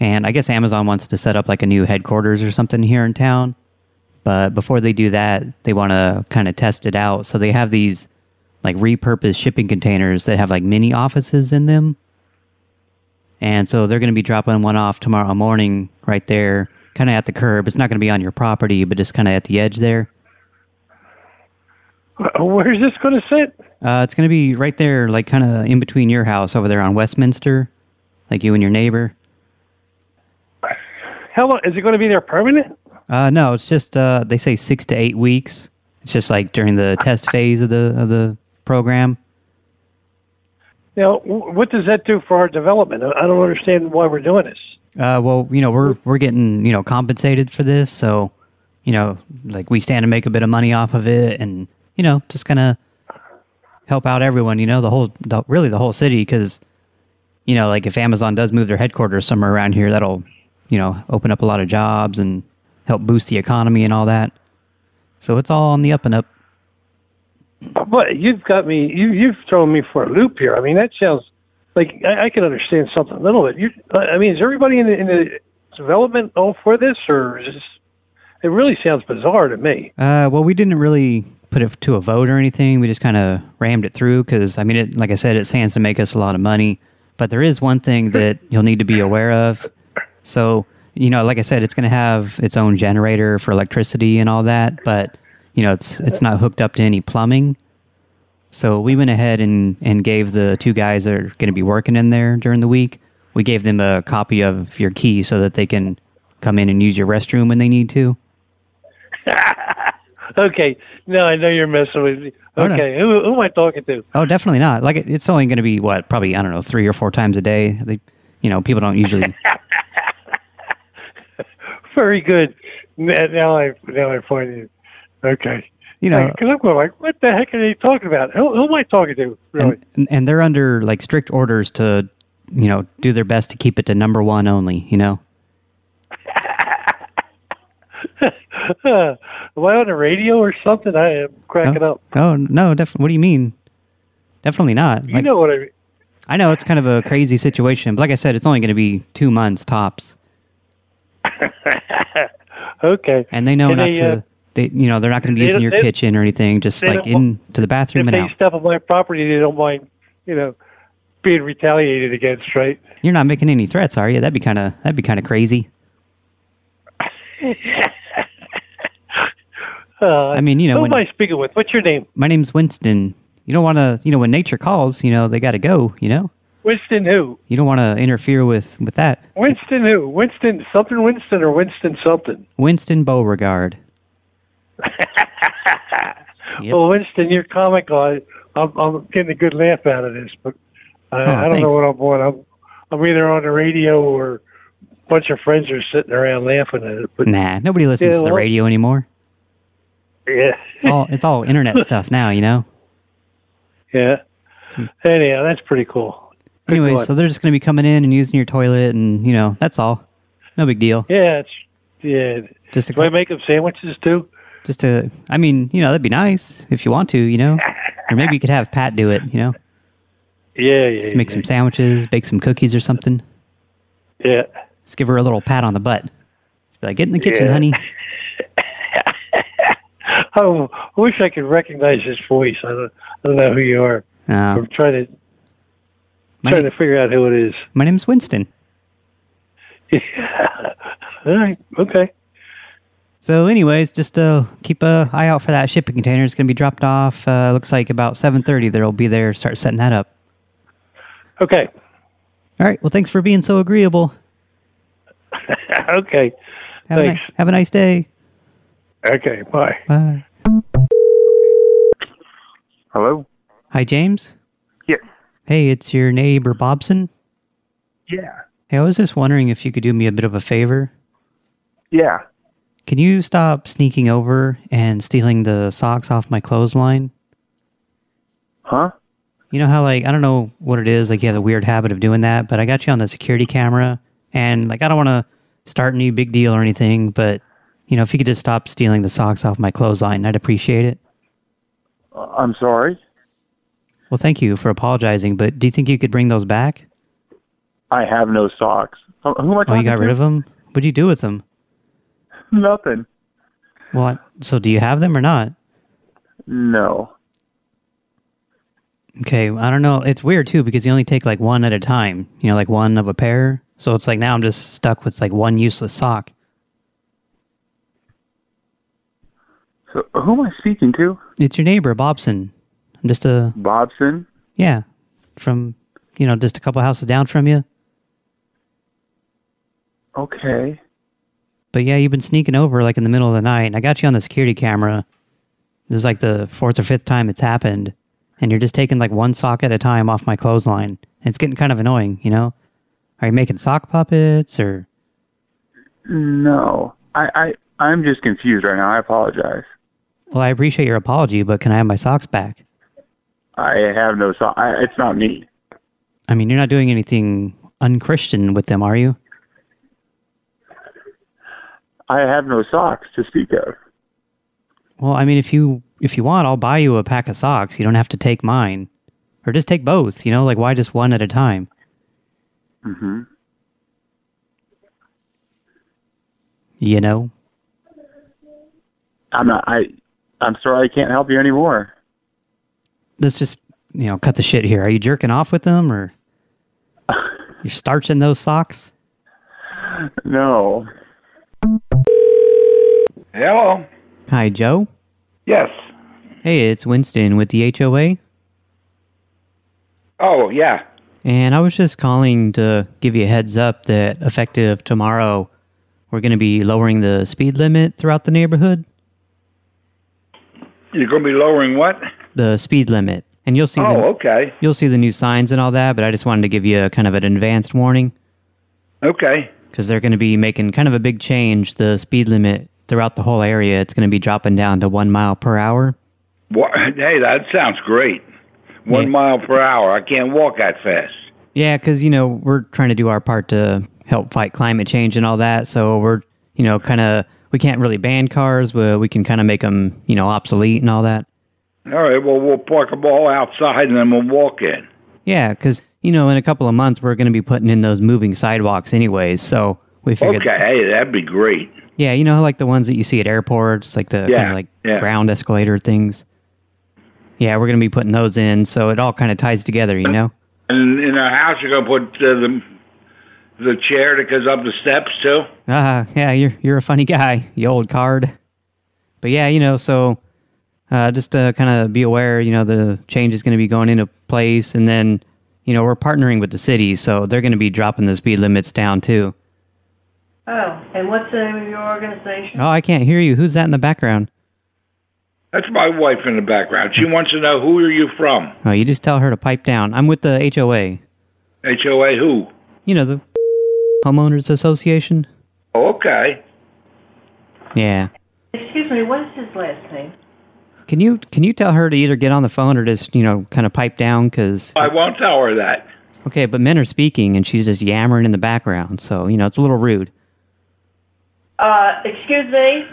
Speaker 2: and I guess Amazon wants to set up like a new headquarters or something here in town. But before they do that, they want to kind of test it out. So they have these like repurposed shipping containers that have like mini offices in them. And so they're going to be dropping one off tomorrow morning right there, kind of at the curb. It's not going to be on your property, but just kind of at the edge there.
Speaker 15: Where's Uh, this going to sit?
Speaker 2: Uh, it's going to be right there, like kind of in between your house over there on Westminster, like you and your neighbor.
Speaker 15: How long is it going to be there permanent?
Speaker 2: Uh, no, it's just uh, they say six to eight weeks. It's just like during the test phase of the of the program.
Speaker 15: Now, wh- what does that do for our development? I I don't understand why we're doing this.
Speaker 2: Uh, well, you know, we're we're getting you know compensated for this, so you know, like we stand to make a bit of money off of it, and you know, just kind of help out everyone. You know, the whole, the, really the whole city, because you know, like if Amazon does move their headquarters somewhere around here, that'll you know open up a lot of jobs and help boost the economy and all that. So it's all on the up and up.
Speaker 15: But you've got me. You, you've thrown me for a loop here. I mean, that sounds like I, I can understand something a little bit. You, uh, I I mean, is everybody in the, in the development all for this, or is this, it really sounds bizarre to me?
Speaker 2: Uh, well, we didn't really put it to a vote or anything. We just kind of rammed it through because, I mean, it, like I said, it stands to make us a lot of money. But there is one thing that you'll need to be aware of. So, you know, like I said, it's going to have its own generator for electricity and all that, but you know, it's it's not hooked up to any plumbing. So we went ahead and and gave the two guys that are going to be working in there during the week. We gave them a copy of your key so that they can come in and use your restroom when they need to.
Speaker 15: Okay, no, I know you're messing with me.
Speaker 2: Oh, no.
Speaker 15: Okay, who, who am I talking to?
Speaker 2: Oh, definitely not. Like it- it's only going to be what probably I don't know three or four times a day. They, you know, people don't usually.
Speaker 15: Very good. N- Now I now I find it. Okay,
Speaker 2: You know-
Speaker 15: because I'm going like, what the heck are they talking about? Who, who am I talking to? Really?
Speaker 2: and, and they're under like strict orders to, you know, do their best to keep it to number one only. You know.
Speaker 15: am I on the radio or something? I am cracking up.
Speaker 2: Oh no, definitely. What do you mean? Definitely not.
Speaker 15: You
Speaker 2: Like,
Speaker 15: know what I mean?
Speaker 2: I know it's kind of a crazy situation, but like I said, it's only going to be two months tops.
Speaker 15: okay.
Speaker 2: And they know
Speaker 15: And
Speaker 2: not
Speaker 15: they,
Speaker 2: to.
Speaker 15: uh,
Speaker 2: they, you know, they're not going to be
Speaker 15: they
Speaker 2: using
Speaker 15: don't-
Speaker 2: your
Speaker 15: they-
Speaker 2: kitchen or anything. Just
Speaker 15: they
Speaker 2: like
Speaker 15: don't wa-
Speaker 2: in to the
Speaker 15: If
Speaker 2: bathroom and
Speaker 15: they
Speaker 2: out.
Speaker 15: step on my property, they don't mind, you know, being retaliated against, right?
Speaker 2: You're not making any threats, are you? That'd be kind of that'd be kind of crazy.
Speaker 15: Uh,
Speaker 2: I mean, you know,
Speaker 15: who
Speaker 2: when-
Speaker 15: am I speaking with? What's your name?
Speaker 2: my name's Winston. You don't want to, you know, when nature calls, you know, they got to go, you know?
Speaker 15: Winston who?
Speaker 2: You don't want to interfere with, with that.
Speaker 15: Winston who? Winston something Winston or Winston something?
Speaker 2: Winston Beauregard. Yep.
Speaker 15: Well, Oh, Winston, you're comical. I, I'm, I'm getting a good laugh out of this, but I,
Speaker 2: Oh,
Speaker 15: I don't
Speaker 2: thanks.
Speaker 15: know what I'm on. I'm, I'm either on the radio or a bunch of friends are sitting around laughing at it. But
Speaker 2: Nah, nobody listens to
Speaker 15: Yeah,
Speaker 2: the Oh.
Speaker 15: well-
Speaker 2: radio anymore.
Speaker 15: yeah,
Speaker 2: It's all, it's all internet stuff now, you know?
Speaker 15: yeah. Anyhow, that's pretty cool. Good
Speaker 2: Anyway,
Speaker 15: God.
Speaker 2: so they're just going to be coming in and using your toilet and, you know, that's all. No big deal.
Speaker 15: Yeah, it's yeah.
Speaker 2: Just a
Speaker 15: Do I make them sandwiches too?
Speaker 2: Just to, I mean, you know, that'd be nice if you want to, you know? Or maybe you could have Pat do it, you know?
Speaker 15: Yeah, yeah.
Speaker 2: Just make
Speaker 15: yeah,
Speaker 2: some sandwiches, bake some cookies or something.
Speaker 15: Yeah.
Speaker 2: Just give her a little pat on the butt. Just be like, get in the kitchen,
Speaker 15: Yeah.
Speaker 2: honey.
Speaker 15: Oh, I wish I could recognize his voice. I don't, I don't know who you are.
Speaker 2: Uh,
Speaker 15: I'm trying to
Speaker 2: my,
Speaker 15: trying
Speaker 2: na-
Speaker 15: to figure out who it is.
Speaker 2: my name's Winston.
Speaker 15: All right. Okay.
Speaker 2: So, anyways, just uh, keep a eye out for that shipping container. It's gonna be dropped off. Uh, looks like about seven thirty. They'll be there. Start setting that up.
Speaker 15: Okay.
Speaker 2: All right. Well, thanks for being so agreeable.
Speaker 15: okay.
Speaker 2: Have, a, ni-
Speaker 15: Thanks.
Speaker 2: have a nice day.
Speaker 15: Okay, bye.
Speaker 2: Bye.
Speaker 16: Hello?
Speaker 2: Hi, James.
Speaker 16: Yes.
Speaker 2: Hey, it's your neighbor Bobson.
Speaker 16: Yeah.
Speaker 2: Hey, I was just wondering if you could do me a bit of a favor.
Speaker 16: Yeah.
Speaker 2: Can you stop sneaking over and stealing the socks off my clothesline?
Speaker 16: Huh?
Speaker 2: You know how, like, I don't know what it is, like, you have a weird habit of doing that, but I got you on the security camera, and, like, I don't want to start any big deal or anything, but, you know, if you could just stop stealing the socks off my clothesline, I'd appreciate it.
Speaker 16: Uh, I'm sorry.
Speaker 2: Well, thank you for apologizing, but do you think you could bring those back?
Speaker 16: I have no socks. Uh, Who am I
Speaker 2: Oh,
Speaker 16: talking
Speaker 2: you got
Speaker 16: to?
Speaker 2: rid of them? What'd you do with them?
Speaker 16: Nothing.
Speaker 2: Well, I- so do you have them or not?
Speaker 16: No.
Speaker 2: Okay, I don't know. It's weird too because you only take like one at a time, you know, like one of a pair. So it's like now I'm just stuck with like one useless sock.
Speaker 16: So who am I speaking to?
Speaker 2: It's your neighbor, Bobson. I'm just a,
Speaker 16: Bobson?
Speaker 2: yeah, from, you know, just a couple houses down from you.
Speaker 16: Okay.
Speaker 2: But yeah, you've been sneaking over like in the middle of the night, and I got you on the security camera. This is like the fourth or fifth time it's happened, and you're just taking like one sock at a time off my clothesline. And it's getting kind of annoying, you know? Are you making sock puppets or
Speaker 16: No. I, I I'm just confused right now. I apologize.
Speaker 2: Well, I appreciate your apology, but can I have my socks back?
Speaker 16: I have no socks. It's not me.
Speaker 2: I mean, you're not doing anything unchristian with them, are you?
Speaker 16: I have no socks to speak of.
Speaker 2: Well, I mean, if you if you want, I'll buy you a pack of socks. You don't have to take mine, or just take both. You know, like why just one at a time?
Speaker 16: Mm-hmm.
Speaker 2: You know?
Speaker 16: I'm not. I I'm sorry. I can't help you anymore.
Speaker 2: Let's just you know cut the shit here. Are you jerking off with them, or you're starching those socks?
Speaker 16: No. Hello.
Speaker 2: Hi, Joe.
Speaker 17: Yes.
Speaker 2: Hey, it's Winston with the HOA,
Speaker 17: Oh, yeah.
Speaker 2: and I was just calling to give you a heads up that effective tomorrow, we're going to be lowering the speed limit throughout the neighborhood.
Speaker 17: You're going to be lowering what?
Speaker 2: the speed limit. And you'll see the,
Speaker 17: Oh, okay.
Speaker 2: you'll see the new signs and all that, but I just wanted to give you a kind of an advanced warning
Speaker 17: Okay.
Speaker 2: because they're going to be making kind of a big change. The speed limit throughout the whole area, it's going to be dropping down to one mile per hour.
Speaker 17: What? Hey, that sounds great. One mile per hour. I can't walk that fast.
Speaker 2: Yeah, because, you know, we're trying to do our part to help fight climate change and all that. So we're, you know, kind of, we can't really ban cars, but we can kind of make them, you know, obsolete and all that.
Speaker 17: All right, well, we'll park them all outside and then we'll walk in.
Speaker 2: Yeah, because, you know, in a couple of months, we're going to be putting in those moving sidewalks anyways. So we figured.
Speaker 17: Okay, hey, that'd be great.
Speaker 2: Yeah, you know, like the ones that you see at airports, like the kind
Speaker 17: Yeah,
Speaker 2: of like
Speaker 17: yeah.
Speaker 2: ground escalator things. Yeah, we're going to be putting those in, so it all kind of ties together, you know?
Speaker 17: And in our house, you're going to put uh, the, the chair that goes up the steps, too?
Speaker 2: Ah, yeah, you're you're a funny guy, you old card. But yeah, you know, so uh, just to kind of be aware, you know, the change is going to be going into place, and then, you know, we're partnering with the city, so they're going to be dropping the speed limits down too.
Speaker 18: Oh, and what's the name of your organization?
Speaker 2: Oh, I can't hear you. Who's that in the background?
Speaker 17: That's my wife in the background. She wants to know who are you from?
Speaker 2: Oh, you just tell her to pipe down. I'm with the HOA,
Speaker 17: HOA who?
Speaker 2: you know, the Homeowners Association.
Speaker 17: Okay.
Speaker 2: Yeah.
Speaker 18: Excuse me, what is his last name?
Speaker 2: Can you can you tell her to either get on the phone or just you know kind of pipe down? Because
Speaker 17: I won't tell her that.
Speaker 2: okay, but men are speaking and she's just yammering in the background, so you know it's a little rude.
Speaker 18: Uh, excuse me?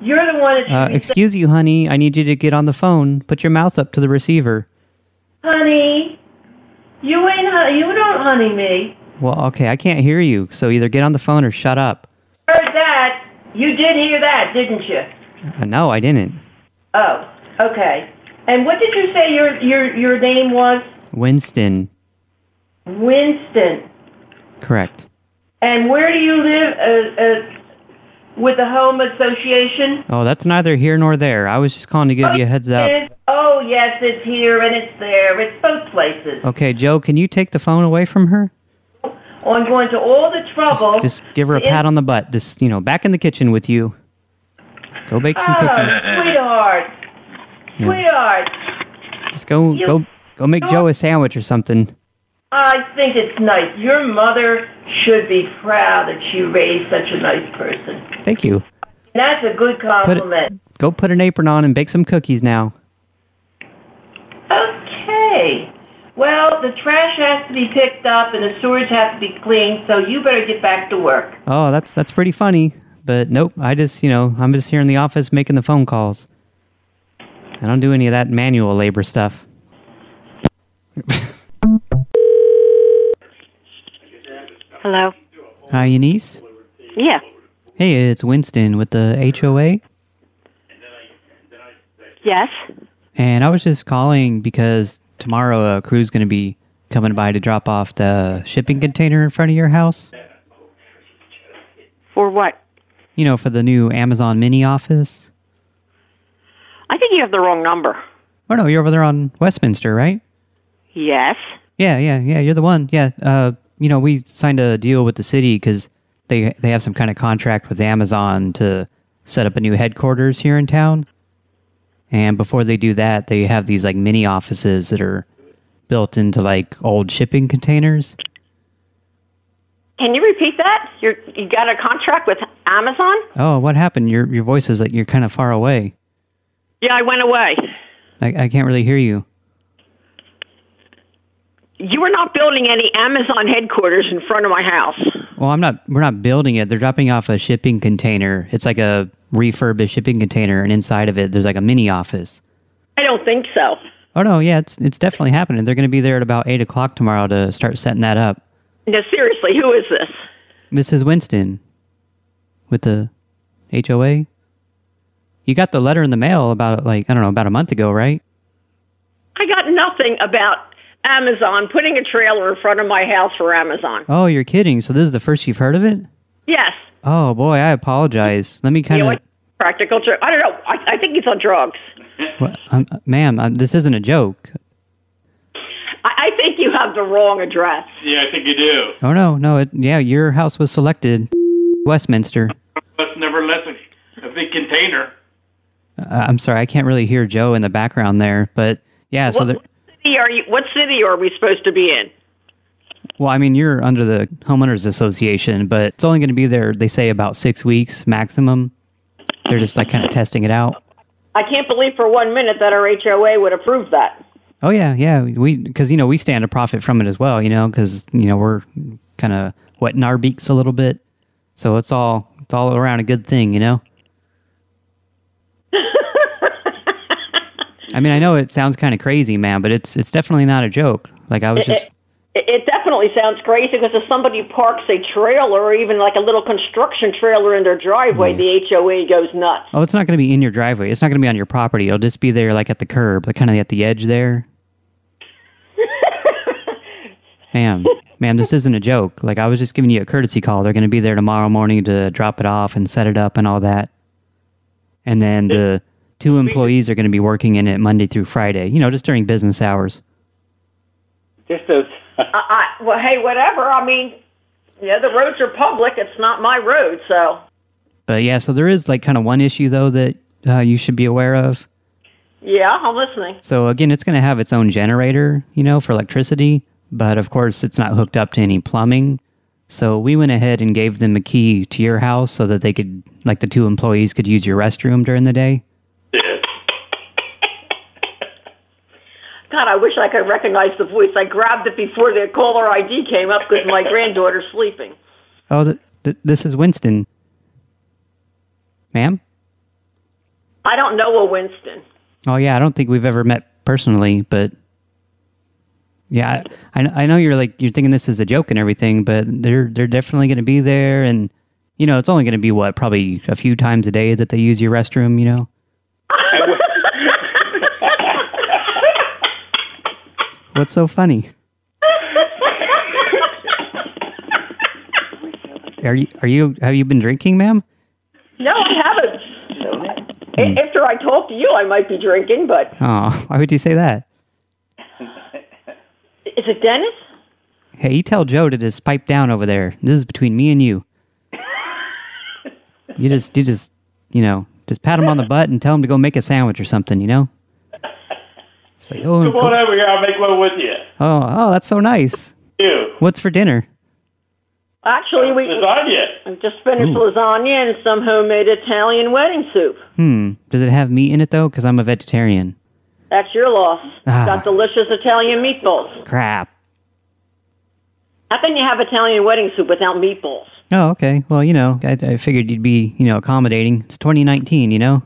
Speaker 18: You're the one that should
Speaker 2: Uh,
Speaker 18: be
Speaker 2: excuse you, honey. I need you to get on the phone. Put your mouth up to the receiver.
Speaker 18: saying, honey, you ain't, hu- you don't honey me.
Speaker 2: Well, okay, I can't hear you, so either get on the phone or shut up.
Speaker 18: Heard that. You did hear that, didn't you?
Speaker 2: Uh, no, I didn't.
Speaker 18: Oh, okay. And what did you say your, your, your name was?
Speaker 2: Winston,
Speaker 18: Winston.
Speaker 2: correct.
Speaker 18: And where do you live, uh, uh, with the home association?
Speaker 2: Oh, that's neither here nor there. I was just calling to give you a heads up.
Speaker 18: It's- oh, yes, it's here and it's there. It's both places.
Speaker 2: Okay, Joe, can you take the phone away from her?
Speaker 18: I'm going to all the trouble.
Speaker 2: Just give her a pat on the butt. Just you know, back in the kitchen with you. Go bake some cookies.
Speaker 18: Oh, sweetheart.
Speaker 2: Yeah.
Speaker 18: Sweetheart.
Speaker 2: Just go,
Speaker 18: You-
Speaker 2: go, go make Joe a sandwich or something.
Speaker 18: I think it's nice. Your mother should be proud that she raised such a nice person.
Speaker 2: Thank you.
Speaker 18: That's a good compliment.
Speaker 2: Go put an apron on and bake some cookies now.
Speaker 18: Okay. Well, the trash has to be picked up and the sewers have to be cleaned, so you better get back to work.
Speaker 2: Oh, that's that's pretty funny. But nope, I just you know I'm just here in the office making the phone calls. I don't do any of that manual labor stuff.
Speaker 19: Hello.
Speaker 2: Hi, Eunice.
Speaker 19: Yeah.
Speaker 2: Hey, it's Winston with the HOA,
Speaker 19: Yes.
Speaker 2: and I was just calling because tomorrow a crew's going to be coming by to drop off the shipping container in front of your house.
Speaker 19: For what?
Speaker 2: You know, for the new Amazon mini office.
Speaker 19: I think you have the wrong number.
Speaker 2: Oh no, you're over there on Westminster, right?
Speaker 19: Yes.
Speaker 2: Yeah, yeah, yeah. You're the one. Yeah. Uh, you know, we signed a deal with the city because they they have some kind of contract with Amazon to set up a new headquarters here in town. And before they do that, they have these like mini offices that are built into like old shipping containers.
Speaker 19: Can you repeat that? You're, you got a contract with Amazon?
Speaker 2: Oh, what happened? Your your voice is like you're kind of far away.
Speaker 19: Yeah, I went away.
Speaker 2: I, I can't really hear you.
Speaker 19: You are not building any Amazon headquarters in front of my house.
Speaker 2: Well, I'm not. We're not building it. They're dropping off a shipping container. It's like a refurbished shipping container, and inside of it, there's like a mini office.
Speaker 19: I don't think so.
Speaker 2: Oh no, yeah, it's it's definitely happening. They're going to be there at about eight o'clock tomorrow to start setting that up.
Speaker 19: No, seriously, who is this?
Speaker 2: This is Winston with the HOA. You got the letter in the mail about like I don't know about a month ago, right?
Speaker 19: I got nothing about Amazon putting a trailer in front of my house for Amazon.
Speaker 2: Oh, you're kidding. So this is the first you've heard of it?
Speaker 19: Yes.
Speaker 2: Oh boy, I apologize. Let me kind
Speaker 19: You know
Speaker 2: of,
Speaker 19: what? Practical drug. I don't know. I, I think he's on drugs.
Speaker 2: Wha- um, ma'am, um, this isn't a joke.
Speaker 19: I, I think you have the wrong address.
Speaker 7: Yeah, I think you do.
Speaker 2: Oh no, no, it, yeah, your house was selected, Westminster.
Speaker 7: Let's never let a, a big container.
Speaker 2: Uh, I'm sorry, I can't really hear Joe in the background there, but yeah. So
Speaker 19: what,
Speaker 2: there,
Speaker 19: what city are you? What city are we supposed to be in?
Speaker 2: Well, I mean, you're under the homeowners association, but it's only going to be there. They say about six weeks maximum. They're just like kind of testing it out.
Speaker 19: I can't believe for one minute that our HOA would approve that.
Speaker 2: Oh yeah, yeah. We because you know we stand to profit from it as well. You know because you know we're kind of wetting our beaks a little bit, so it's all it's all around a good thing. You know. I mean, I know it sounds kind of crazy, man, but it's it's definitely not a joke. Like I was
Speaker 19: It-
Speaker 2: just
Speaker 19: It, it definitely sounds crazy because if somebody parks a trailer or even like a little construction trailer in their driveway,
Speaker 2: Mm.
Speaker 19: the HOA goes nuts.
Speaker 2: Oh, it's not going to be in your driveway. It's not going to be on your property. It'll just be there, like at the curb, like kind of at the edge there. ma'am, ma'am, this isn't a joke. Like I was just giving you a courtesy call. They're going to be there tomorrow morning to drop it off and set it up and all that. And then the two employees are going to be working in it Monday through Friday. You know, just during business hours.
Speaker 20: Just those.
Speaker 19: I, I, well, hey, whatever. I mean, you know, the roads are public. It's not my road, so
Speaker 2: But yeah, so there is like kind of one issue though that uh, you should be aware of.
Speaker 19: yeah, I'm listening.
Speaker 2: So again, it's going to have its own generator, you know, for electricity, but of course it's not hooked up to any plumbing. So we went ahead and gave them a key to your house so that they could like the two employees could use your restroom during the day.
Speaker 19: God, I wish I could recognize the voice. I grabbed it before the caller ID came up because my granddaughter's sleeping.
Speaker 2: Oh, th- th- this is Winston. Ma'am?
Speaker 19: I don't know a Winston.
Speaker 2: Oh yeah, I don't think we've ever met personally, but yeah, I, I know you're like you're thinking this is a joke and everything, but they're they're definitely going to be there, and you know it's only going to be what probably a few times a day that they use your restroom, you know. What's so funny? Are you are you have you been drinking, ma'am?
Speaker 19: No, I haven't.
Speaker 2: Mm.
Speaker 19: A- After I talk to you, I might be drinking, but
Speaker 2: Oh, why would you say that?
Speaker 19: is it Dennis?
Speaker 2: Hey, you tell Joe to just pipe down over there. This is between me and you. you just, you just, you know, Just pat him on the butt and tell him to go make a sandwich or something, you know? It's like, oh,
Speaker 11: Come on over here. I'll make one with you.
Speaker 2: oh, oh, that's so nice.
Speaker 11: Ew.
Speaker 2: What's for dinner?
Speaker 19: Actually, we
Speaker 11: lasagna.
Speaker 19: I just finished
Speaker 2: Ooh.
Speaker 19: lasagna and some homemade Italian wedding soup.
Speaker 2: Hmm. Does it have meat in it, though? Because I'm a vegetarian.
Speaker 19: That's your loss.
Speaker 2: Ah.
Speaker 19: Got delicious Italian meatballs.
Speaker 2: Crap.
Speaker 19: How can you have Italian wedding soup without meatballs?
Speaker 2: Oh, okay. Well, you know, I, I figured you'd be, you know, accommodating. It's 2019, you know?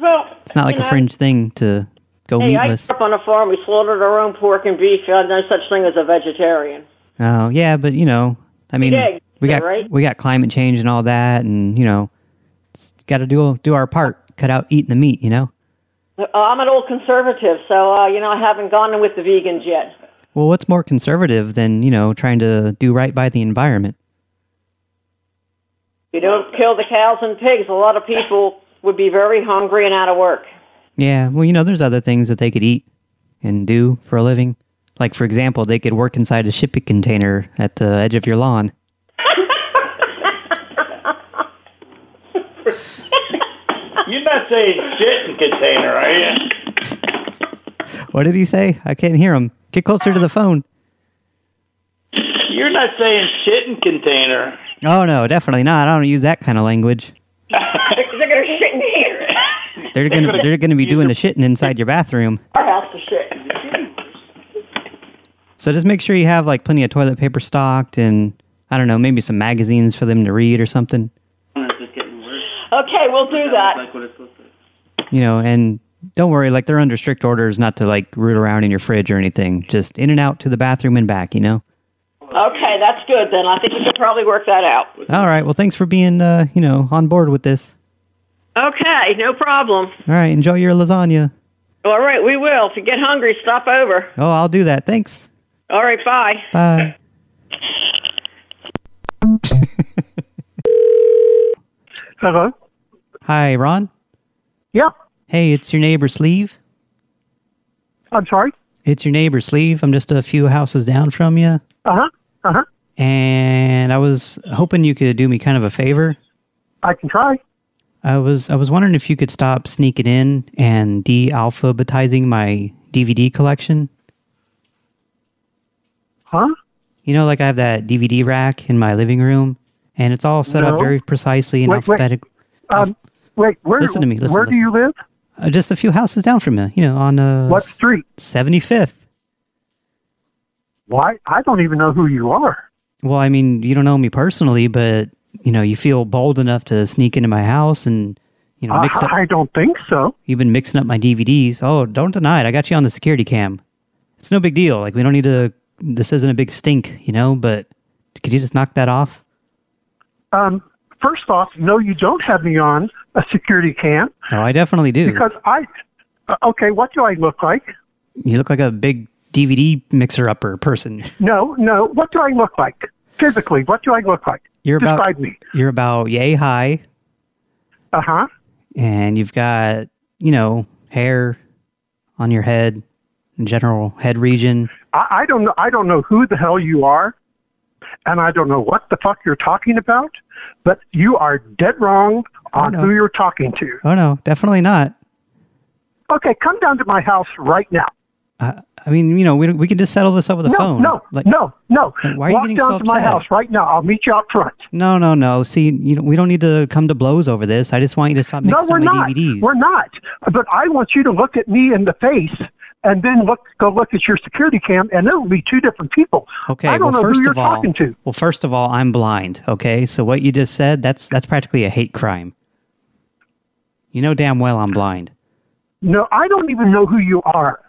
Speaker 19: Well,
Speaker 2: It's not like
Speaker 19: you
Speaker 2: a
Speaker 19: know,
Speaker 2: fringe thing to go
Speaker 19: Hey, I
Speaker 2: meatless.
Speaker 19: grew up on a farm. We slaughtered our own pork and beef. I had no such thing as a vegetarian.
Speaker 2: Oh, yeah, but, you know, I mean,
Speaker 19: Yeah,
Speaker 2: we got
Speaker 19: right?
Speaker 2: we got climate change and all that, and, you know, got to do, do our part, cut out eating the meat, you know?
Speaker 19: Uh, I'm an old conservative, so uh, you know I haven't gone with the vegans yet.
Speaker 2: Well, what's more conservative than, you know, trying to do right by the environment?
Speaker 19: If you don't kill the cows and pigs, a lot of people would be very hungry and out of work.
Speaker 2: Yeah, well, you know, there's other things that they could eat and do for a living. Like, for example, they could work inside a shipping container at the edge of your lawn.
Speaker 11: You're not saying shit in container, are you?
Speaker 2: What did he say? I can't hear him. Get closer to the phone.
Speaker 11: You're not saying shit in container.
Speaker 2: Oh, no, definitely not. I don't use that kind of language.
Speaker 19: They're gonna shit in here.
Speaker 2: They're gonna they're gonna be doing the shitting inside your bathroom.
Speaker 19: Our house is shit.
Speaker 2: So just make sure you have like plenty of toilet paper stocked and I don't know, maybe some magazines for them to read or something.
Speaker 19: Okay, we'll do that.
Speaker 2: You know, and don't worry, like they're under strict orders not to like root around in your fridge or anything. Just in and out to the bathroom and back, you know?
Speaker 19: Okay, that's good then. I think we could probably work that out.
Speaker 2: All right. Well thanks for being uh, you know, on board with this.
Speaker 19: Okay, no problem.
Speaker 2: All right, enjoy your lasagna.
Speaker 19: All right, we will. If you get hungry, stop over.
Speaker 2: Oh, I'll do that. Thanks.
Speaker 19: All right, bye.
Speaker 2: Bye.
Speaker 21: Hello.
Speaker 2: Hi, Ron.
Speaker 21: Yeah.
Speaker 2: Hey, it's your neighbor Sleeve.
Speaker 21: I'm sorry.
Speaker 2: It's your neighbor Sleeve. I'm just a few houses down from you.
Speaker 21: Uh huh. Uh huh.
Speaker 2: and I was hoping you could do me kind of a favor.
Speaker 21: I can try.
Speaker 2: I was I was wondering if you could stop sneaking in and de-alphabetizing my DVD collection.
Speaker 21: Huh?
Speaker 2: You know, like I have that DVD rack in my living room, and it's all set up
Speaker 21: No.
Speaker 2: very precisely and
Speaker 21: Wait, wait.
Speaker 2: alphabetical.
Speaker 21: Um. Wait. Where?
Speaker 2: Oh. Listen to me, listen,
Speaker 21: where do
Speaker 2: listen.
Speaker 21: you live?
Speaker 2: Uh, just a few houses down from you, you know, on uh,
Speaker 21: What street?
Speaker 2: Seventy fifth.
Speaker 21: Why? I don't even know who you are.
Speaker 2: Well, I mean, you don't know me personally, but you know, you feel bold enough to sneak into my house and you know
Speaker 21: I-
Speaker 2: mix up.
Speaker 21: I don't think so.
Speaker 2: You've been mixing up my DVDs. Oh, don't deny it. I got you on the security cam. It's no big deal. Like we don't need to. This isn't a big stink, you know. But could you just knock that off?
Speaker 21: Um. First off, no, you don't have me on a security cam
Speaker 2: No, I definitely do.
Speaker 21: because I. uh, Okay, what do I look like?
Speaker 2: you look like a big DVD mixer upper person.
Speaker 21: No, no. What do I look like physically? What do I look like?
Speaker 2: You're about
Speaker 21: Describe me.
Speaker 2: you're about yay high,
Speaker 21: Uh huh.
Speaker 2: and you've got you know hair on your head, general head region.
Speaker 21: I, I don't know. I don't know who the hell you are, and I don't know what the fuck you're talking about. But you are dead wrong on
Speaker 2: no.
Speaker 21: who you're talking to.
Speaker 2: Oh no, definitely not.
Speaker 21: Okay, come down to my house right now.
Speaker 2: I, I mean, you know, we we can just settle this over the
Speaker 21: no,
Speaker 2: phone.
Speaker 21: no,
Speaker 2: Like-
Speaker 21: no, no.
Speaker 2: why are you
Speaker 21: Walk
Speaker 2: getting
Speaker 21: down
Speaker 2: so
Speaker 21: to my
Speaker 2: upset?
Speaker 21: house right now. I'll meet you out front.
Speaker 2: No, no, no. See, you know, we don't need to come to blows over this. I just want you to stop mixing
Speaker 21: no,
Speaker 2: up
Speaker 21: we're
Speaker 2: my
Speaker 21: not.
Speaker 2: DVDs.
Speaker 21: We're not. But I want you to look at me in the face. And then look, go look at your security cam, and it'll be two different people.
Speaker 2: okay.
Speaker 21: I don't
Speaker 2: well,
Speaker 21: know
Speaker 2: first
Speaker 21: who you're
Speaker 2: of all,
Speaker 21: talking to.
Speaker 2: well, first of all, I'm blind. Okay, so what you just said that's that's practically a hate crime. You know damn well I'm blind.
Speaker 21: No, I don't even know who you are.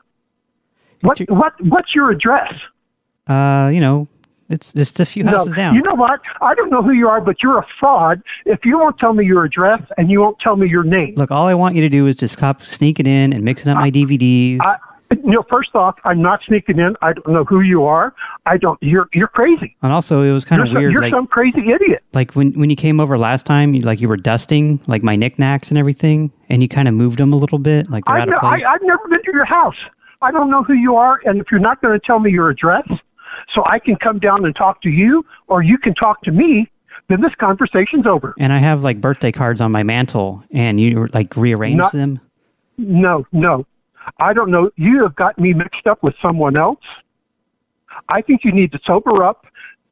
Speaker 21: What? what? What's your address?
Speaker 2: Uh, you know, it's just a few houses
Speaker 21: no,
Speaker 2: down.
Speaker 21: You know what? I don't know who you are, but you're a fraud if you won't tell me your address and you won't tell me your name.
Speaker 2: Look, all I want you to do is just stop sneaking in and mixing up my DVDs.
Speaker 21: I, you know, first off, I'm not sneaking in. I don't know who you are. I don't. You're you're crazy.
Speaker 2: and also, it was kind
Speaker 21: You're,
Speaker 2: of
Speaker 21: some,
Speaker 2: weird.
Speaker 21: you're
Speaker 2: like,
Speaker 21: some crazy idiot.
Speaker 2: like when when you came over last time, you, like you were dusting like my knickknacks and everything, and you kind of moved them a little bit, like they're
Speaker 21: I,
Speaker 2: out of place.
Speaker 21: I I've never been to your house. I don't know who you are, and if you're not going to tell me your address, so I can come down and talk to you, or you can talk to me.
Speaker 15: then this conversation's over.
Speaker 2: And I have like birthday cards on my mantle, and you like rearrange
Speaker 15: Not-
Speaker 2: them.
Speaker 15: No, no. I don't know. You have got me mixed up with someone else. I think you need to sober up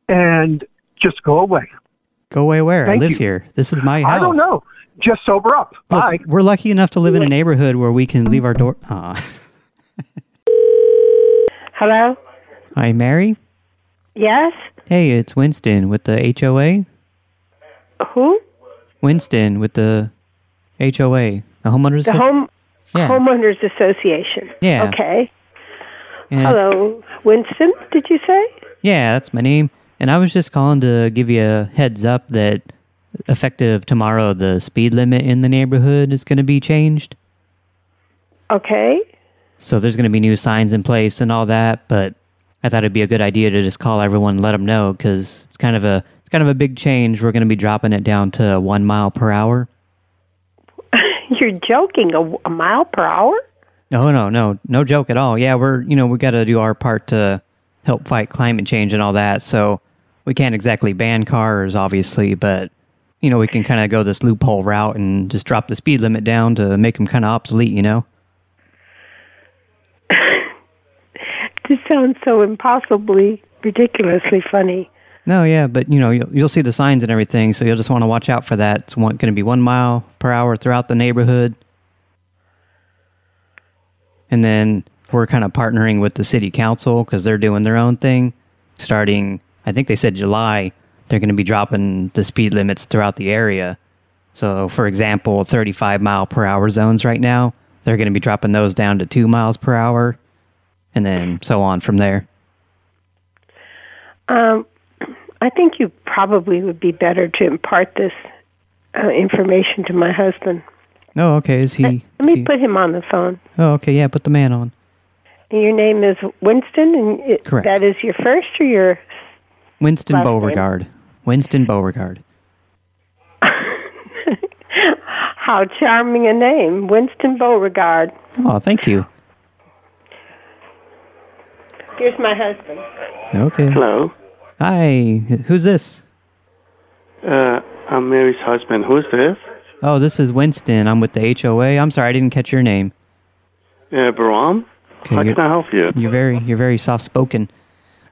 Speaker 15: and just go away.
Speaker 2: Go away where? I
Speaker 15: Thank
Speaker 2: live
Speaker 15: you.
Speaker 2: here. This is my house.
Speaker 15: I don't know. Just sober up.
Speaker 2: Look, we're lucky enough to live in a neighborhood where we
Speaker 15: Um,
Speaker 2: can leave our door. Aw.
Speaker 1: Hello?
Speaker 2: Hi, Mary.
Speaker 1: Yes?
Speaker 2: Hey, it's Winston with the HOA.
Speaker 1: Who?
Speaker 2: Winston with the HOA, the homeowners.
Speaker 1: The
Speaker 2: associ-
Speaker 1: home
Speaker 2: Yeah.
Speaker 1: homeowners association.
Speaker 2: Yeah.
Speaker 1: Okay.
Speaker 2: Yeah.
Speaker 1: Hello, Winston. Did you say?
Speaker 2: Yeah, that's my name. And I was just calling to give you a heads up that effective tomorrow, the speed limit in the neighborhood is going to be changed.
Speaker 1: Okay.
Speaker 2: So there's going to be new signs in place and all that. But I thought it'd be a good idea to just call everyone and let them know because it's kind of a it's kind of a big change. We're going to be dropping it down to one mile per hour.
Speaker 1: You're joking. A, a mile per hour?
Speaker 2: No, no, no, no joke at all. Yeah, we're you know we got to do our part to help fight climate change and all that. So we can't exactly ban cars, obviously, but you know we can kind of go this loophole route and just drop the speed limit down to make them kind of obsolete. You know?
Speaker 1: This sounds so impossibly ridiculously funny.
Speaker 2: No, yeah, but you know you'll, you'll see the signs and everything, so you'll just want to watch out for that. It's going to be one mile per hour throughout the neighborhood, and then we're kind of partnering with the city council because they're doing their own thing. Starting, I think they said July, they're going to be dropping the speed limits throughout the area. So, for example, 35 mile per hour zones right now, they're going to be dropping those down to two miles per hour, and then so on from there.
Speaker 1: Um, I think you probably would be better to impart this uh, information to my husband.
Speaker 2: Oh, okay. Is he?
Speaker 1: Let me put him on the phone.
Speaker 2: Oh, okay. Yeah, put the man on.
Speaker 1: Your name is Winston, and it,
Speaker 2: Correct.
Speaker 1: that is your first or your
Speaker 2: Winston
Speaker 1: Last name.
Speaker 2: Beauregard. Winston Beauregard.
Speaker 1: How charming a name, Winston Beauregard.
Speaker 2: Oh, thank you.
Speaker 1: Here's my husband.
Speaker 2: Okay.
Speaker 22: Hello.
Speaker 2: Hi. Who's this?
Speaker 22: Uh, I'm Mary's husband. Who's this?
Speaker 2: Oh, this is Winston. I'm with the HOA. I'm sorry, I didn't catch your name.
Speaker 22: Uh, Bahram.
Speaker 2: Okay,
Speaker 22: How
Speaker 2: you're-
Speaker 22: can I help you?
Speaker 2: You're very you're very soft spoken.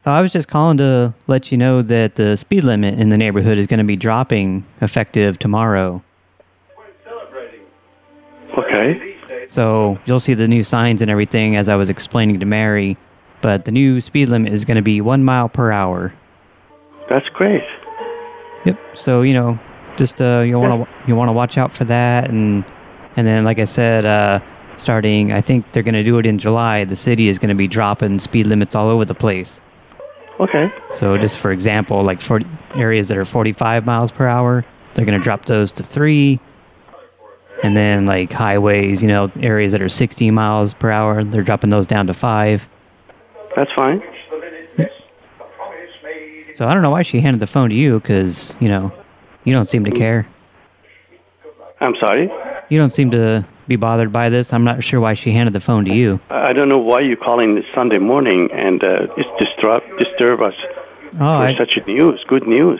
Speaker 2: Uh, I was just calling to let you know that the speed limit in the neighborhood is going to be dropping effective tomorrow.
Speaker 22: Okay.
Speaker 2: So you'll see the new signs and everything as I was explaining to Mary. But the new speed limit is going to be one mile per hour.
Speaker 22: That's great.
Speaker 2: Yep. So you know, just uh, you want to you want to watch out for that, and and then like I said, uh, starting I think they're going to do it in July. The city is going to be dropping speed limits all over the place.
Speaker 22: Okay.
Speaker 2: So just for example, like 40 areas that are 45 miles per hour, they're going to drop those to three, and then like highways, you know, areas that are 60 miles per hour, they're dropping those down to five.
Speaker 22: That's fine.
Speaker 2: So I don't know why she handed the phone to you, because you know, you don't seem to care.
Speaker 22: I'm sorry.
Speaker 2: You don't seem to be bothered by this. I'm not sure why she handed the phone to you.
Speaker 22: I I don't know why you're calling this Sunday morning and uh, it's disturb disturb us
Speaker 2: Oh,
Speaker 22: for
Speaker 2: I,
Speaker 22: such news. Good news.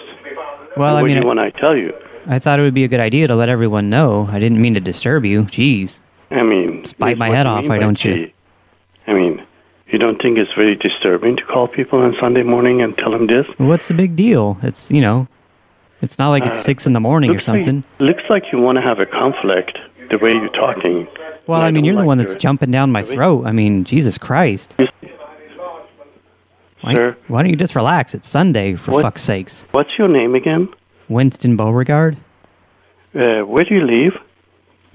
Speaker 2: well, I
Speaker 22: what
Speaker 2: mean,
Speaker 22: do you want I tell you?
Speaker 2: I thought it would be a good idea to let everyone know. I didn't mean to disturb you. Jeez.
Speaker 22: I mean,
Speaker 2: Bite
Speaker 22: it's
Speaker 2: my
Speaker 22: what
Speaker 2: head
Speaker 22: you
Speaker 2: off,
Speaker 22: mean
Speaker 2: why
Speaker 22: by
Speaker 2: don't you?
Speaker 22: gee. I mean, you don't think it's very disturbing to call people on Sunday morning and tell them this?
Speaker 2: What's the big deal? It's, you know, it's not like it's
Speaker 22: Uh,
Speaker 2: 6 in the morning or
Speaker 22: looks like-
Speaker 2: something.
Speaker 22: looks like you want to have a conflict the way you're talking.
Speaker 2: Well, I, mean, you're the one that's
Speaker 22: to-
Speaker 2: jumping down my throat. I mean, Jesus Christ. Why, why don't you just relax? It's Sunday, for
Speaker 22: What-
Speaker 2: fuck's sakes.
Speaker 22: What's your name again?
Speaker 2: Winston Beauregard?
Speaker 22: Uh, where do you live?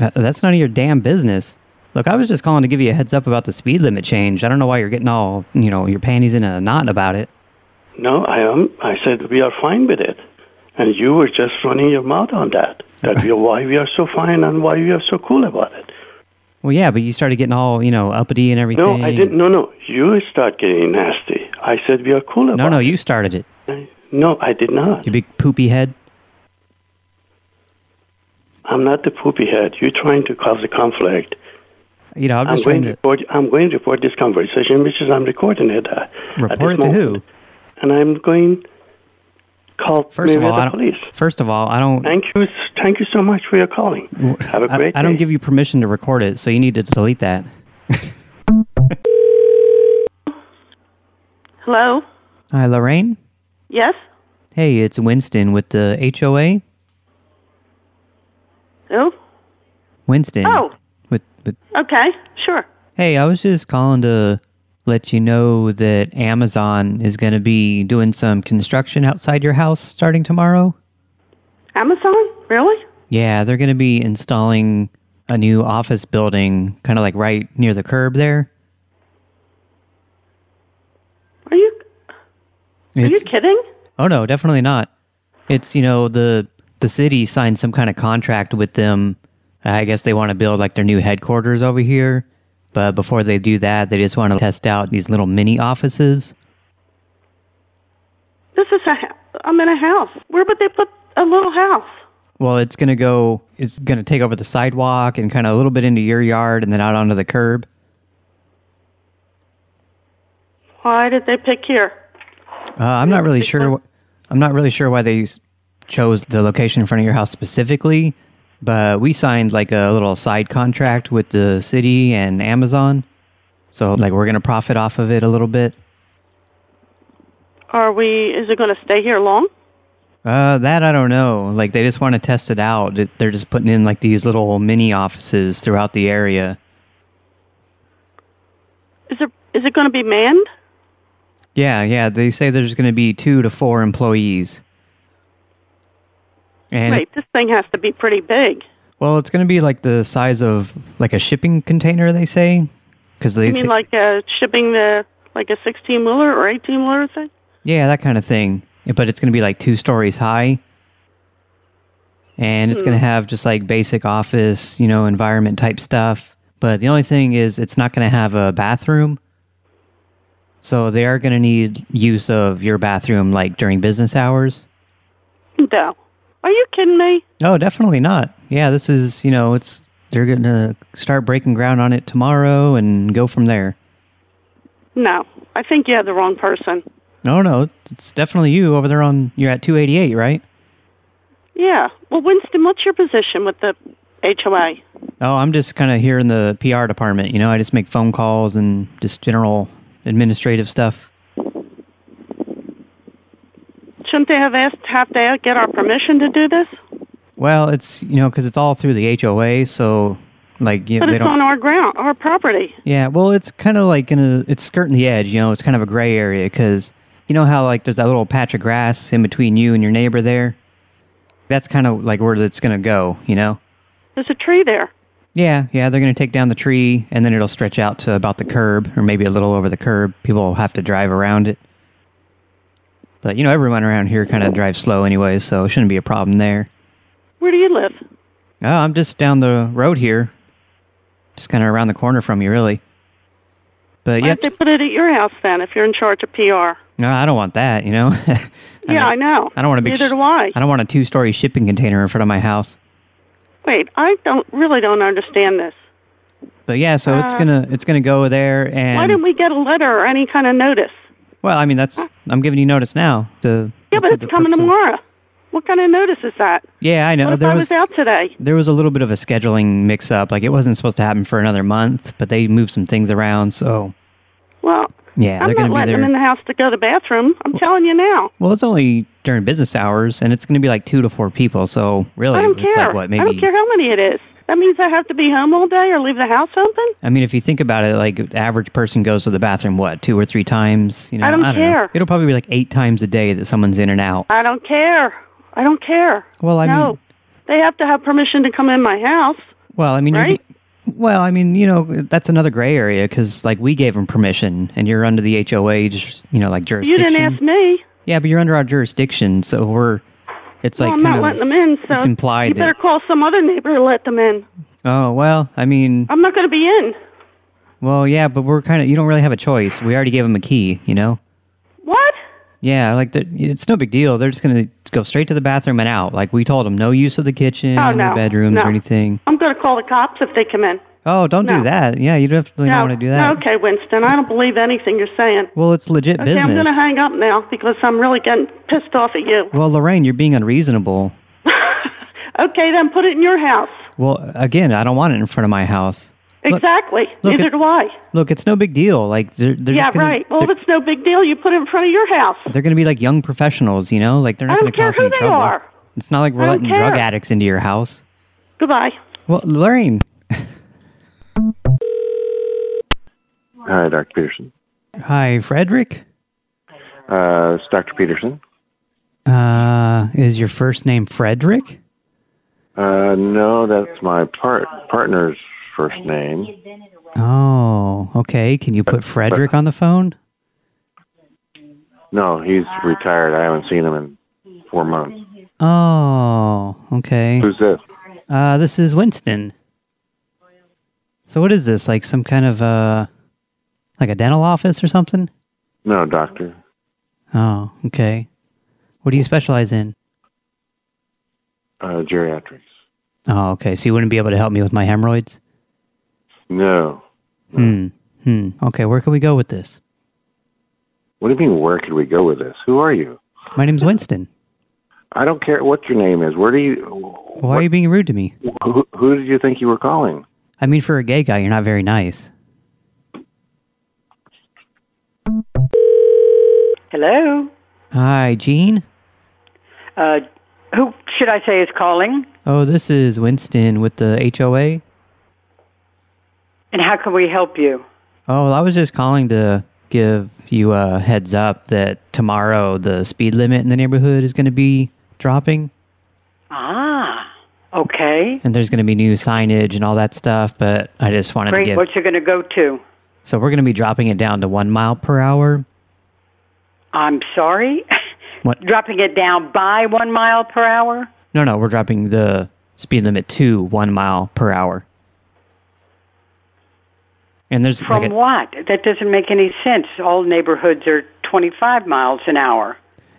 Speaker 2: Uh, That's none of your damn business. Look, I was just calling to give you a heads up about the speed limit change. I don't know why you're getting all, you know, your panties in a knot about it.
Speaker 22: No, I am. I said we are fine with it, and you were just running your mouth on that. That we are why we are so fine and why we are so cool about it.
Speaker 2: Well, yeah, but you started getting all, you know, uppity and everything.
Speaker 22: No, I didn't. No, no. You start getting nasty. I said we are cool
Speaker 2: No,
Speaker 22: about
Speaker 2: no, you started it.
Speaker 22: it. No, I did not.
Speaker 2: You big poopy head.
Speaker 22: I'm not the poopy head. You're trying to cause a conflict.
Speaker 2: You know, I'm just
Speaker 22: going
Speaker 2: trying to
Speaker 22: report. I'm going to report this conversation because I'm recording it. uh,
Speaker 2: report it to who?
Speaker 22: and I'm going call
Speaker 2: First
Speaker 22: maybe
Speaker 2: of all,
Speaker 22: the
Speaker 2: I
Speaker 22: police.
Speaker 2: don't, first of all, I don't.
Speaker 22: Thank you, thank you so much for your calling. Have a
Speaker 2: I,
Speaker 22: great
Speaker 2: I don't
Speaker 22: day.
Speaker 2: give you permission to record it, so you need to delete that.
Speaker 4: Hello?
Speaker 2: Hi, Lorraine.
Speaker 4: Yes?
Speaker 2: Hey, it's Winston with the HOA.
Speaker 4: Who?
Speaker 2: Winston.
Speaker 4: Oh,
Speaker 2: With, with
Speaker 4: okay. Sure.
Speaker 2: Hey, I was just calling to let you know that Amazon is going to be doing some construction outside your house starting tomorrow.
Speaker 4: Amazon? Really?
Speaker 2: Yeah, they're going to be installing a new office building kind of like right near the curb there.
Speaker 4: Are you Are
Speaker 2: It's-
Speaker 4: you kidding?
Speaker 2: Oh no, definitely not. It's you know the the city signed some kind of contract with them. I guess they want to build like their new headquarters over here, but before they do that, they just want to test out these little mini offices.
Speaker 4: This is a hou- I'm in a house. Where would they put a little house?
Speaker 2: Well, it's going to go it's going to take over the sidewalk and kind of a little bit into your yard and then out onto the curb.
Speaker 4: Why did they pick here?
Speaker 2: Uh, I'm not really sure wh- I'm not really sure why they s- chose the location in front of your house specifically, but we signed like a little side contract with the city and Amazon. So like we're going to profit off of it a little bit.
Speaker 4: Are we is it going to stay here long?
Speaker 2: Uh, that I don't know. Like they just want to test it out. It- They're just putting in like these little mini offices throughout the area.
Speaker 4: Is it is it going to be manned?
Speaker 2: Yeah, yeah. They say there's going to be two to four employees. And
Speaker 4: Wait, this thing has to be pretty big.
Speaker 2: well, it's going to be like the size of like a shipping container. They say because they
Speaker 4: you mean
Speaker 2: say-
Speaker 4: like uh, shipping the like a 16 wheeler or 18 wheeler thing?
Speaker 2: yeah, that kind of thing. But it's going to be like two stories high, and it's going to
Speaker 4: Hmm.
Speaker 2: have just like basic office, you know, environment type stuff. But the only thing is, it's not going to have a bathroom. So they are going to need use of your bathroom like during business hours.
Speaker 4: No. Are you kidding me?
Speaker 2: No, definitely not. Yeah, this is, you know, it's they're going to start breaking ground on it tomorrow and go from there.
Speaker 4: No. I think you have the wrong person.
Speaker 2: No, no, it's definitely you over there on you're at 288, right?
Speaker 4: Yeah. Well, Winston, what's your position with the HOA?
Speaker 2: Oh, I'm just kind of here in the PR department, you know, I just make phone calls and just general administrative stuff.
Speaker 4: Shouldn't they have asked have they get our permission to do this?
Speaker 2: Well, it's, you know, cuz it's all through the HOA, so like you
Speaker 4: but
Speaker 2: they
Speaker 4: it's on
Speaker 2: don't
Speaker 4: our ground, our property.
Speaker 2: Yeah, well, it's kind of like in a it's skirting the edge, you know, it's kind of a gray area cuz you know how like there's that little patch of grass in between you and your neighbor there? That's kind of like where it's going to go, you know.
Speaker 4: There's a tree there.
Speaker 2: Yeah, yeah, they're going to take down the tree and then it'll stretch out to about the curb or maybe a little over the curb. People will have to drive around it. But, you know, everyone around here kind of drives slow anyway, so it shouldn't be a problem there.
Speaker 4: Where do you live?
Speaker 2: Oh, I'm just down the road here. Just kind of around the corner from you, really. But,
Speaker 4: Why
Speaker 2: yep,
Speaker 4: did they put it at your house then if you're in charge of PR?
Speaker 2: no, I don't want that, you know.
Speaker 4: yeah, I know.
Speaker 2: I don't want a big
Speaker 4: Neither
Speaker 2: sh-
Speaker 4: do I.
Speaker 2: I don't want a two-story shipping container in front of my house.
Speaker 4: Wait, I don't really don't understand this.
Speaker 2: But yeah, so it's
Speaker 4: Uh,
Speaker 2: going to it's going to go there and
Speaker 4: Why didn't we get a letter or any kind of notice?
Speaker 2: well, I mean, that's I'm giving you notice now. The
Speaker 4: Yeah, but it's coming tomorrow. What kind of notice is that?
Speaker 2: Yeah, I know.
Speaker 4: what if
Speaker 2: there
Speaker 4: I was, out today?
Speaker 2: There was a little bit of a scheduling mix up. Like it wasn't supposed to happen for another month, but they moved some things around. So,
Speaker 4: Well,
Speaker 2: yeah, they're
Speaker 4: I'm
Speaker 2: going
Speaker 4: not
Speaker 2: to be
Speaker 4: letting them in
Speaker 2: there.
Speaker 4: the house to go to the bathroom. I'm telling you now.
Speaker 2: Well, it's only during business hours and it's going to be like two to four people. So, really,
Speaker 4: I don't
Speaker 2: it's
Speaker 4: care.
Speaker 2: like what? Maybe.
Speaker 4: I don't care how many it is. That means I have to be home all day or leave the house open.
Speaker 2: I mean, if you think about it, like the average person goes to the bathroom, what, two or three times? You know,
Speaker 4: I don't
Speaker 2: know.
Speaker 4: care.
Speaker 2: It'll probably be like eight times a day that someone's in and out.
Speaker 4: I don't care. I don't care.
Speaker 2: Well, I
Speaker 4: no.
Speaker 2: mean,
Speaker 4: They have to have permission to come in my house.
Speaker 2: well, I mean,
Speaker 4: Right?
Speaker 2: you're, well, I mean, you know, that's another gray area because like we gave them permission and you're under the HOA, just, you know, like
Speaker 4: You
Speaker 2: jurisdiction.
Speaker 4: didn't ask me.
Speaker 2: Yeah, but you're under our jurisdiction, so we're. It's
Speaker 4: Well,
Speaker 2: like
Speaker 4: I'm
Speaker 2: kind
Speaker 4: not
Speaker 2: of,
Speaker 4: letting them in. So
Speaker 2: it's
Speaker 4: you
Speaker 2: implied
Speaker 4: better
Speaker 2: that.
Speaker 4: call some other neighbor to let them in.
Speaker 2: Oh well, I mean,
Speaker 4: I'm not going to be in.
Speaker 2: well, yeah, but we're kind of. You don't really have a choice. We already gave them a key, you know.
Speaker 4: What?
Speaker 2: Yeah, like the, it's no big deal. They're just gonna go straight to the bathroom and out. Like we told them, no use of the kitchen,
Speaker 4: Oh, no,
Speaker 2: bedrooms
Speaker 4: no.
Speaker 2: or anything.
Speaker 4: I'm going to call the cops if they come in.
Speaker 2: Oh, don't do
Speaker 4: No.
Speaker 2: that. Yeah, you definitely
Speaker 4: No,
Speaker 2: don't want to do that.
Speaker 4: no, Okay, Winston, I don't believe anything you're saying.
Speaker 2: Well, it's legit
Speaker 4: okay,
Speaker 2: business.
Speaker 4: I'm going to hang up now because I'm really getting pissed off at you.
Speaker 2: well, Lorraine, you're being unreasonable.
Speaker 4: Okay, then put it in your house.
Speaker 2: Well, again, I don't want it in front of my house.
Speaker 4: Exactly.
Speaker 2: look
Speaker 4: Neither
Speaker 2: at-
Speaker 4: do I.
Speaker 2: Look, it's no big deal. Like they're, they're
Speaker 4: yeah,
Speaker 2: just gonna,
Speaker 4: right. Well,
Speaker 2: they're,
Speaker 4: if it's no big deal, you put it in front of your house.
Speaker 2: they're gonna be like young professionals, you know? Like they're
Speaker 4: I
Speaker 2: not
Speaker 4: don't
Speaker 2: gonna
Speaker 4: care
Speaker 2: cause
Speaker 4: who
Speaker 2: any
Speaker 4: they
Speaker 2: trouble.
Speaker 4: are.
Speaker 2: It's not like we're
Speaker 4: I don't
Speaker 2: letting drug
Speaker 4: care.
Speaker 2: addicts into your house.
Speaker 4: Goodbye.
Speaker 2: Well, Lorraine.
Speaker 5: Hi, Dr. Peterson.
Speaker 2: Hi, Frederick.
Speaker 5: Uh, it's Dr. Peterson.
Speaker 2: Uh, is your first name Frederick?
Speaker 5: Uh, no, that's my part partner's first name.
Speaker 2: Oh, okay. Can you put Frederick on the phone?
Speaker 5: No, he's retired. I haven't seen him in four months.
Speaker 2: Oh, okay.
Speaker 5: Who's this?
Speaker 2: Uh, this is Winston. So what is this? Like some kind of uh, like a dental office or something?
Speaker 5: No, doctor.
Speaker 2: Oh, okay. What do you specialize in?
Speaker 5: Uh, geriatrics.
Speaker 2: Oh, okay. So you wouldn't be able to help me with my hemorrhoids?
Speaker 5: No.
Speaker 2: Hmm. Hmm. Okay. Where can we go with this?
Speaker 5: What do you mean? Where could we go with this? Who are you?
Speaker 2: My name's Winston.
Speaker 5: I don't care what your name is. Where do you?
Speaker 2: Why are you being rude to me?
Speaker 5: Who, who did you think you were calling?
Speaker 2: I mean, for a gay guy, you're not very nice.
Speaker 6: Hello.
Speaker 2: Hi, Gene.
Speaker 6: Uh, who should I say is calling?
Speaker 2: Oh, this is Winston with the HOA.
Speaker 6: And how can we help you?
Speaker 2: Oh, I was just calling to give you a heads up that tomorrow the speed limit in the neighborhood is going to be dropping
Speaker 6: Ah, okay.
Speaker 2: and there's going to be new signage and all that stuff, but I just wanted to
Speaker 6: Great.
Speaker 2: give
Speaker 6: What you're going to go to?
Speaker 2: So we're going to be dropping it down to 1 mile per hour.
Speaker 6: I'm sorry.
Speaker 2: What?
Speaker 6: Dropping it down by one mile per hour.
Speaker 2: No, no, we're dropping the speed limit to 1 mile per hour. And there's
Speaker 6: From
Speaker 2: like a-
Speaker 6: what? That doesn't make any sense. All neighborhoods are 25 miles an hour.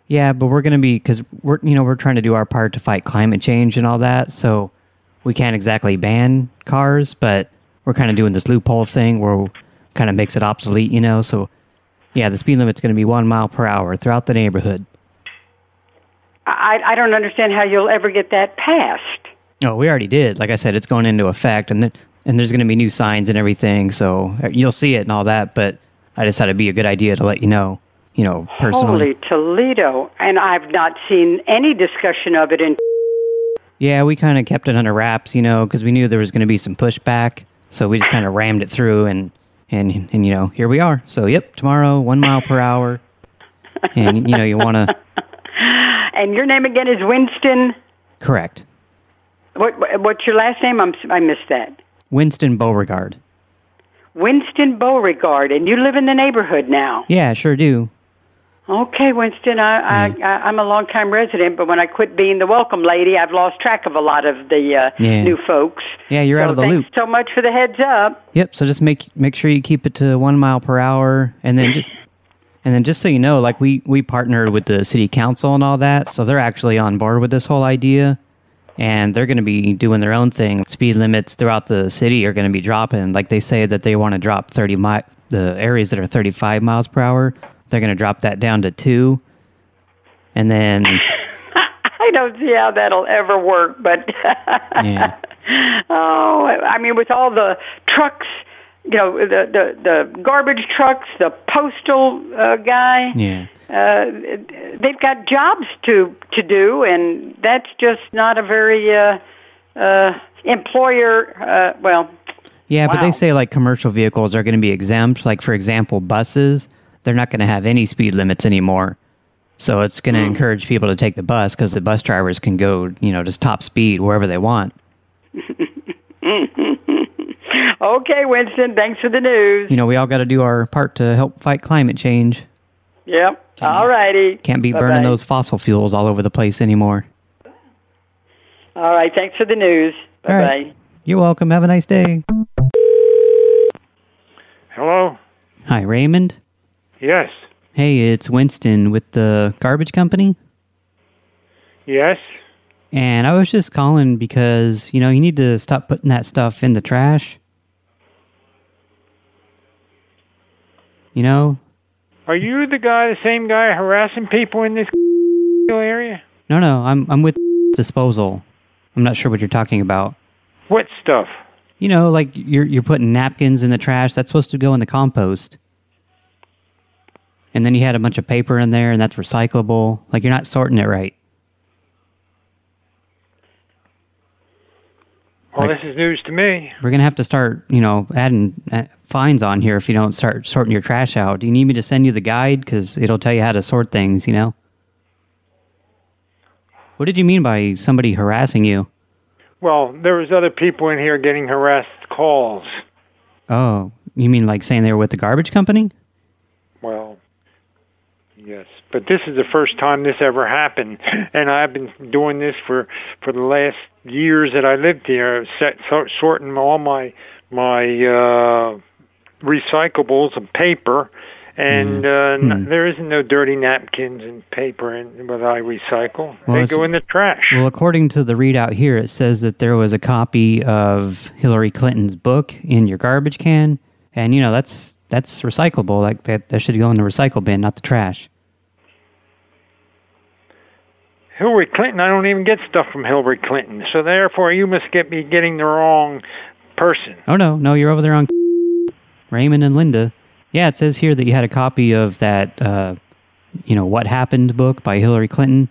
Speaker 2: Yeah, but we're going to be cuz we're you know, we're trying to do our part to fight climate change and all that. So we can't exactly ban cars, but we're kind of doing this loophole thing where kind of makes it obsolete, you know. So yeah, the speed limit's going to be 1 mile per hour throughout the neighborhood.
Speaker 6: I, I don't understand how you'll ever get that passed.
Speaker 2: Oh, we already did. Like I said, it's going into effect, and th- and there's going to be new signs and everything, so uh, you'll see it and all that. But I just thought it'd be a good idea to let you know, you know, personally.
Speaker 6: Holy Toledo! And I've not seen any discussion of it in.
Speaker 2: Yeah, we kind of kept it under wraps, you know, because we knew there was going to be some pushback, so we just kind of rammed it through, and and and you know, here we are. So yep, tomorrow, one mile per hour, and you know, you want to
Speaker 6: And your name again is Winston.
Speaker 2: correct
Speaker 6: What? what- What's your last name? I'm, s- I missed that.
Speaker 2: Winston Beauregard.
Speaker 6: Winston Beauregard, and you live in the neighborhood now.
Speaker 2: Yeah, sure do.
Speaker 6: Okay, Winston, I,
Speaker 2: Hmm.
Speaker 6: I, I, I'm a longtime resident, but when I quit being the welcome lady, I've lost track of a lot of the uh,
Speaker 2: Yeah.
Speaker 6: new folks.
Speaker 2: Yeah, you're
Speaker 6: so
Speaker 2: out of the
Speaker 6: thanks
Speaker 2: loop.
Speaker 6: so much for the heads up.
Speaker 2: Yep. So just make make sure you keep it to one mile per hour, and then just and then just so you know, like we we partnered with the city council and all that, so they're actually on board with this whole idea, and they're going to be doing their own thing. Speed limits throughout the city are going to be dropping. Like they say that they want to drop thirty mi- the areas that are thirty five miles per hour. They're going to drop that down to two, and then
Speaker 6: I don't see how that'll ever work, but
Speaker 2: yeah,
Speaker 6: oh, I mean, with all the trucks, you know, the the, the garbage trucks, the postal uh, guy.
Speaker 2: yeah.
Speaker 6: Uh, they've got jobs to to do, and that's just not a very uh, uh, employer. Uh, well,
Speaker 2: Yeah, but
Speaker 6: Wow.
Speaker 2: they say like commercial vehicles are going to be exempt. Like for example, buses, they're not going to have any speed limits anymore. So it's
Speaker 6: Hmm.
Speaker 2: going to encourage people to take the bus because the bus drivers can go, you know, just top speed wherever they want.
Speaker 6: okay, Winston. Thanks for the news.
Speaker 2: You know, we all got to do our part to help fight climate change.
Speaker 6: Yep. All righty.
Speaker 2: Can't be
Speaker 6: Bye-bye.
Speaker 2: burning those fossil fuels all over the place anymore.
Speaker 6: All right. Thanks for the news. Bye
Speaker 2: All
Speaker 6: bye.
Speaker 2: right. You're welcome. Have a nice day.
Speaker 23: Hello?
Speaker 2: Hi, Raymond.
Speaker 23: Yes.
Speaker 2: Hey, it's Winston with the garbage company.
Speaker 23: Yes.
Speaker 2: And I was just calling because, you know, you need to stop putting that stuff in the trash. You know?
Speaker 23: Are you the guy, the same guy harassing people in this area?
Speaker 2: No, no, I'm I'm with disposal. I'm not sure what you're talking about.
Speaker 23: What stuff?
Speaker 2: You know, like you're you're putting napkins in the trash. That's supposed to go in the compost. And then you had a bunch of paper in there, and that's recyclable. Like you're not sorting it right.
Speaker 23: Well, this is news to me.
Speaker 2: We're gonna have to start, you know, adding uh, fines on here if you don't start sorting your trash out. Do you need me to send you the guide? Because it'll tell you how to sort things. You know. What did you mean by somebody harassing you?
Speaker 23: Well, there was other people in here getting harassed calls.
Speaker 2: Oh, you mean like saying they were with the garbage company?
Speaker 23: Well, yes, but this is the first time this ever happened, and I've been doing this for for the last years that I lived here, set, sort, sorting all my my uh, recyclables and paper, and uh, n- there isn't no dirty napkins and paper in what I recycle.
Speaker 2: Well,
Speaker 23: they
Speaker 2: it's-
Speaker 23: go in the trash.
Speaker 2: Well, according to the readout here, it says that there was a copy of Hillary Clinton's book in your garbage can, and you know that's that's recyclable. Like that, that should go in the recycle bin, not the trash.
Speaker 23: Hillary Clinton. I don't even get stuff from Hillary Clinton, so therefore you must get be getting the wrong person.
Speaker 2: Oh no, no, you're over there on Raymond and Linda. Yeah, it says here that you had a copy of that, uh, you know, What Happened book by Hillary Clinton.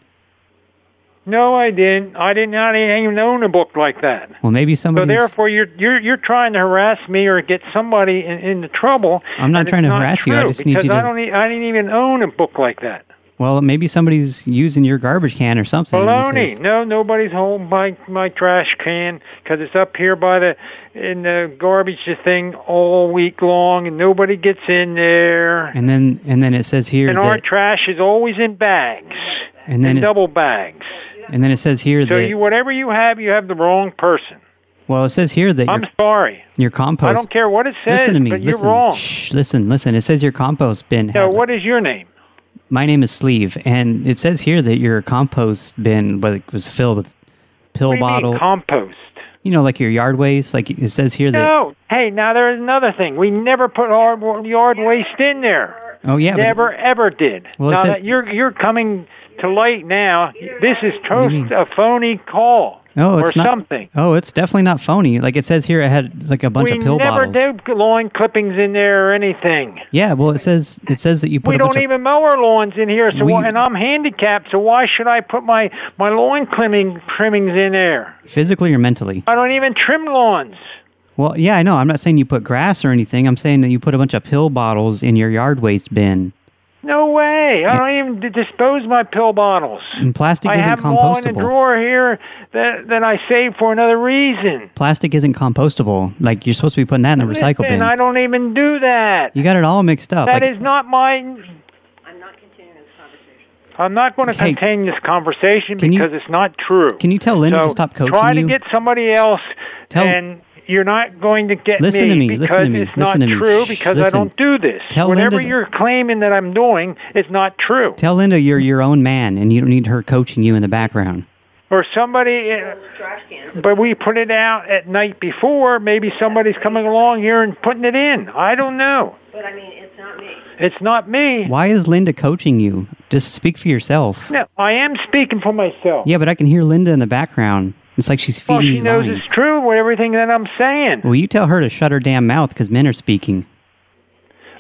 Speaker 23: No, I didn't. I did not even own a book like that.
Speaker 2: Well, maybe
Speaker 23: So
Speaker 2: somebody's.
Speaker 23: therefore, you're you're you're trying to harass me or get somebody in, into trouble.
Speaker 2: I'm not
Speaker 23: and it's
Speaker 2: trying to harass you. I
Speaker 23: true,
Speaker 2: just need
Speaker 23: because
Speaker 2: you to-
Speaker 23: I don't. e- I didn't even own a book like that.
Speaker 2: well, maybe somebody's using your garbage can or something.
Speaker 23: Baloney.
Speaker 2: because-
Speaker 23: No, nobody's home my my trash can because it's up here by the in the garbage thing all week long, and nobody gets in there.
Speaker 2: And then, and then it says here
Speaker 23: And
Speaker 2: that,
Speaker 23: our trash is always in bags,
Speaker 2: and then,
Speaker 23: in
Speaker 2: it,
Speaker 23: double bags.
Speaker 2: and then it says here
Speaker 23: So
Speaker 2: that.
Speaker 23: you whatever you have, you have the wrong person.
Speaker 2: well, it says here that your,
Speaker 23: I'm sorry.
Speaker 2: your
Speaker 23: I
Speaker 2: compost.
Speaker 23: don't care what it says,
Speaker 2: listen to me.
Speaker 23: but
Speaker 2: listen,
Speaker 23: you're wrong.
Speaker 2: Shh, listen, listen. It says your compost bin.
Speaker 23: So
Speaker 2: had-
Speaker 23: what is your name?
Speaker 2: my name is Sleeve, and it says here that your compost bin was, was filled with pill
Speaker 23: What do you mean,
Speaker 2: bottle
Speaker 23: compost.
Speaker 2: You know, like your yard waste. Like it says here that.
Speaker 23: No. Hey, now there is another thing. We never put our wa- yard waste in there.
Speaker 2: Oh yeah. but-
Speaker 23: never ever did.
Speaker 2: Well, it
Speaker 23: now
Speaker 2: said-
Speaker 23: that you're you're coming to light now. This is toast a phony call
Speaker 2: no,
Speaker 23: or
Speaker 2: it's not.
Speaker 23: something.
Speaker 2: Oh, it's definitely not phony. Like it says here, it had like a bunch
Speaker 23: we
Speaker 2: of pill
Speaker 23: never
Speaker 2: bottles.
Speaker 23: do lawn clippings in there or anything.
Speaker 2: Yeah. Well, it says it says that you put
Speaker 23: We
Speaker 2: a bunch
Speaker 23: don't even mow our lawns in here, so
Speaker 2: We-
Speaker 23: why, and I'm handicapped, so why should I put my my lawn trimming trimmings in there?
Speaker 2: of physically or mentally.
Speaker 23: I don't even trim lawns.
Speaker 2: Well, yeah, I know. I'm not saying you put grass or anything. I'm saying that you put a bunch of pill bottles in your yard waste bin.
Speaker 23: No way. I don't even d- dispose my pill bottles.
Speaker 2: And plastic
Speaker 23: I
Speaker 2: isn't
Speaker 23: have them all in a
Speaker 2: compostable.
Speaker 23: drawer here that that I saved for another reason.
Speaker 2: Plastic isn't compostable. Like you're supposed to be putting that in the recycle
Speaker 23: Listen,
Speaker 2: bin. Oh,
Speaker 23: I don't even do that.
Speaker 2: you got it all mixed up.
Speaker 23: That
Speaker 2: like,
Speaker 23: is not my. I'm not going to
Speaker 2: Hey.
Speaker 23: continue this conversation
Speaker 2: Can you-
Speaker 23: because it's not true.
Speaker 2: can you tell Linda to
Speaker 23: So
Speaker 2: stop coaching
Speaker 23: try to
Speaker 2: you?
Speaker 23: get somebody else,
Speaker 2: Tell-
Speaker 23: and you're not going to get
Speaker 2: Listen
Speaker 23: me,
Speaker 2: to me, listen
Speaker 23: because
Speaker 2: to me,
Speaker 23: it's not
Speaker 2: listen to me.
Speaker 23: true
Speaker 2: Shh,
Speaker 23: because I
Speaker 2: listen.
Speaker 23: don't do this.
Speaker 2: Tell
Speaker 23: Whatever
Speaker 2: Linda to-
Speaker 23: you're claiming that I'm doing is not true.
Speaker 2: Tell Linda you're your own man and you don't need her coaching you in the background.
Speaker 23: or somebody uh, but we put it out at night before maybe somebody's coming along here and putting it in i don't know
Speaker 18: But I mean, it's not me.
Speaker 23: it's not me
Speaker 2: Why is Linda coaching you? Just speak for yourself.
Speaker 23: no i am speaking for myself
Speaker 2: Yeah, but I can hear Linda in the background. It's like she's feeding
Speaker 23: well Oh, she
Speaker 2: you
Speaker 23: knows
Speaker 2: lines.
Speaker 23: it's true with everything that i'm saying
Speaker 2: Well, you tell her to shut her damn mouth because men are speaking.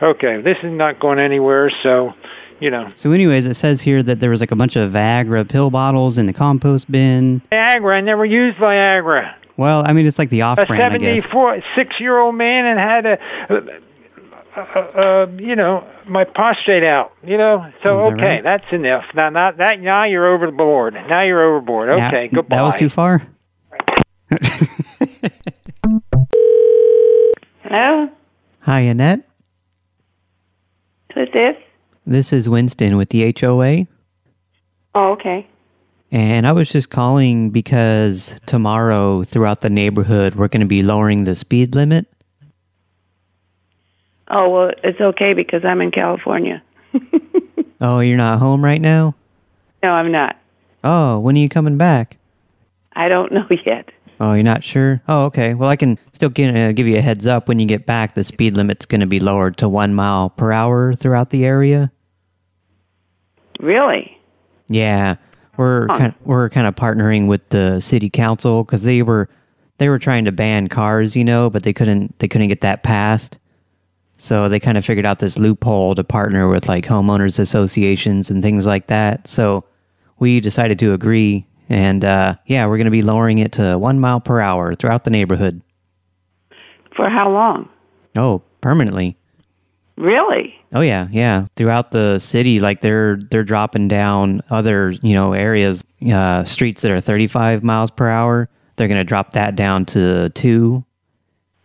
Speaker 23: okay this is not going anywhere so you know
Speaker 2: So, anyways, it says here that there was like a bunch of Viagra pill bottles in the compost bin.
Speaker 23: viagra i never used viagra
Speaker 2: Well, I mean, it's like the off
Speaker 23: a
Speaker 2: brand, I guess.
Speaker 23: 74 six year old man and had a, uh, uh, uh, you know my prostate out you know so
Speaker 2: Is that
Speaker 23: okay
Speaker 2: right?
Speaker 23: that's enough now not that now you're overboard now you're overboard
Speaker 2: Nah,
Speaker 23: okay goodbye
Speaker 2: That was too far?
Speaker 18: Hello?
Speaker 2: Hi, Annette.
Speaker 18: Who's this?
Speaker 2: This is Winston with the HOA.
Speaker 18: Oh, okay.
Speaker 2: And I was just calling because tomorrow throughout the neighborhood, we're going to be lowering the speed limit.
Speaker 18: Oh, well, it's okay because I'm in California.
Speaker 2: Oh, you're not home right now?
Speaker 18: No, I'm not.
Speaker 2: Oh, when are you coming back?
Speaker 18: I don't know yet.
Speaker 2: Oh, you're not sure? Oh, okay. Well, I can still gi- uh, give you a heads up. When you get back, the speed limit's going to be lowered to one mile per hour throughout the area.
Speaker 4: Really?
Speaker 2: Yeah, we're
Speaker 4: Huh.
Speaker 2: kind we're kind of partnering with the city council because they were they were trying to ban cars, you know, but they couldn't they couldn't get that passed. So they kind of figured out this loophole to partner with like homeowners associations and things like that. So we decided to agree, and uh, yeah, we're going to be lowering it to one mile per hour throughout the neighborhood.
Speaker 4: For how long?
Speaker 2: Oh, permanently.
Speaker 4: Really?
Speaker 2: Oh yeah, yeah. Throughout the city, like they're they're dropping down other you know areas, uh, streets that are 35 miles per hour. They're going to drop that down to two,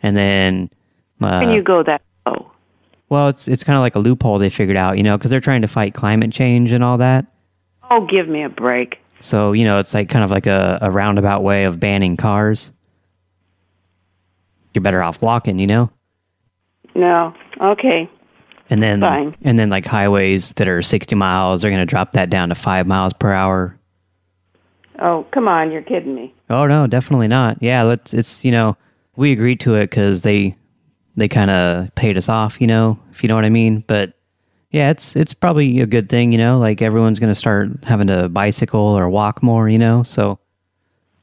Speaker 2: and then. Uh,
Speaker 4: Can you go that low?
Speaker 2: well, it's it's kind of like a loophole they figured out, you know, because they're trying to fight climate change and all that.
Speaker 4: Oh, give me a break.
Speaker 2: So you know, it's like kind of like a, a roundabout way of banning cars. You're better off walking, you know.
Speaker 4: No. Okay.
Speaker 2: And then,
Speaker 4: Fine.
Speaker 2: and then, like highways that are 60 miles, they're going to drop that down to five miles per hour.
Speaker 4: Oh, come on. You're kidding me.
Speaker 2: Oh no, definitely not. Yeah, let's. It's you know, we agreed to it because they they kind of paid us off. You know, if you know what I mean. But yeah, it's it's probably a good thing. You know, like everyone's going to start having to bicycle or walk more. You know, so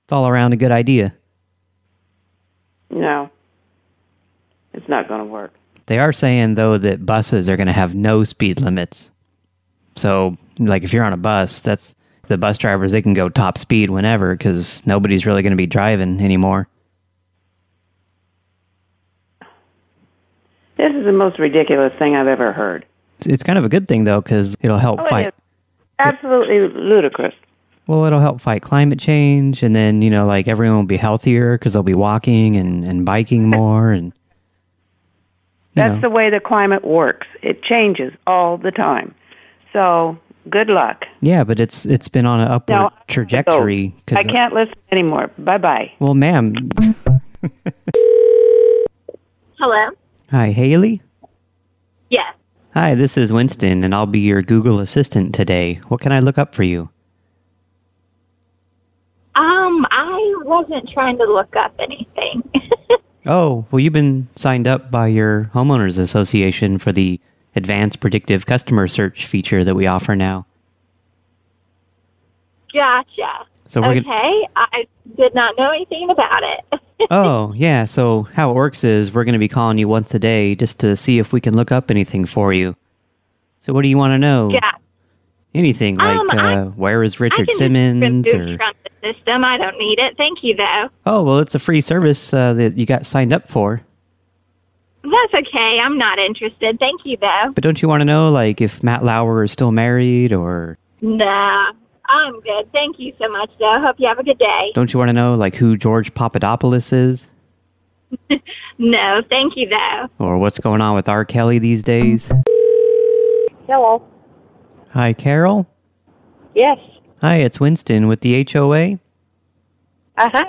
Speaker 2: it's all around a good idea.
Speaker 4: No. It's not going to work.
Speaker 2: They are saying though that buses are going to have no speed limits. So, like if you're on a bus, that's the bus drivers they can go top speed whenever cuz nobody's really going to be driving anymore.
Speaker 4: This is the most ridiculous thing I've ever heard.
Speaker 2: It's, it's kind of a good thing though cuz it'll help
Speaker 4: Oh, it
Speaker 2: fight
Speaker 4: is absolutely ludicrous.
Speaker 2: well, it'll help fight climate change and then, you know, like everyone will be healthier cuz they'll be walking and and biking more and you
Speaker 4: That's
Speaker 2: know.
Speaker 4: the way the climate works. It changes all the time. So good luck.
Speaker 2: yeah, but it's it's been on an upward
Speaker 4: No, I
Speaker 2: trajectory
Speaker 4: Oh, I can't listen anymore. Bye bye.
Speaker 2: Well, ma'am.
Speaker 24: Hello?
Speaker 2: Hi, Haley.
Speaker 24: Yes.
Speaker 2: Hi, this is Winston, and I'll be your Google Assistant today. What can I look up for you?
Speaker 24: Um, I wasn't trying to look up anything.
Speaker 2: Oh, well, you've been signed up by your homeowners association for the advanced predictive customer search feature that we offer now.
Speaker 24: Gotcha.
Speaker 2: So we're
Speaker 24: okay,
Speaker 2: gonna-
Speaker 24: I did not know anything about it.
Speaker 2: oh, yeah. So, how it works is we're going to be calling you once a day just to see if we can look up anything for you. So, what do you want to know?
Speaker 24: Yeah,
Speaker 2: Anything like
Speaker 24: Um,
Speaker 2: uh,
Speaker 24: I-
Speaker 2: where is
Speaker 24: I can
Speaker 2: Richard
Speaker 24: just
Speaker 2: Simmons?
Speaker 24: remove
Speaker 2: Or,
Speaker 24: from the system. I don't need it. Thank you, though.
Speaker 2: oh, well, it's a free service uh, that you got signed up for.
Speaker 24: That's okay. I'm not interested. Thank you, though.
Speaker 2: But don't you want to know, like, if Matt Lauer is still married, or
Speaker 24: Nah, I'm good. Thank you so much, though. Hope you have a good day.
Speaker 2: don't you want to know, like, who George Papadopoulos is,
Speaker 24: No, thank you, though.
Speaker 2: or what's going on with R. Kelly these days?
Speaker 24: Hello.
Speaker 2: Hi, Carol.
Speaker 24: Yes.
Speaker 2: Hi, it's Winston with the HOA,
Speaker 24: Uh huh.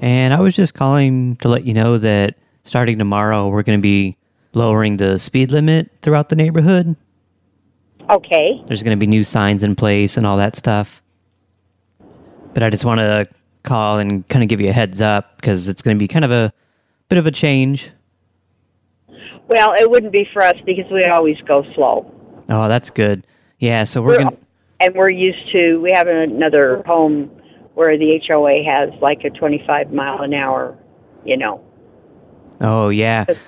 Speaker 2: and I was just calling to let you know that starting tomorrow, we're going to be lowering the speed limit throughout the neighborhood.
Speaker 24: Okay.
Speaker 2: There's going to be new signs in place and all that stuff. But I just want to call and kind of give you a heads up because it's going to be kind of a bit of a change.
Speaker 19: Well, it wouldn't be for us because we always go slow.
Speaker 2: Oh, that's good. Yeah, so we're,
Speaker 19: We're-
Speaker 2: gonna
Speaker 19: And we're used to, we have another home where the HOA has like a 25 mile an hour, you know,
Speaker 2: Oh yeah.
Speaker 19: people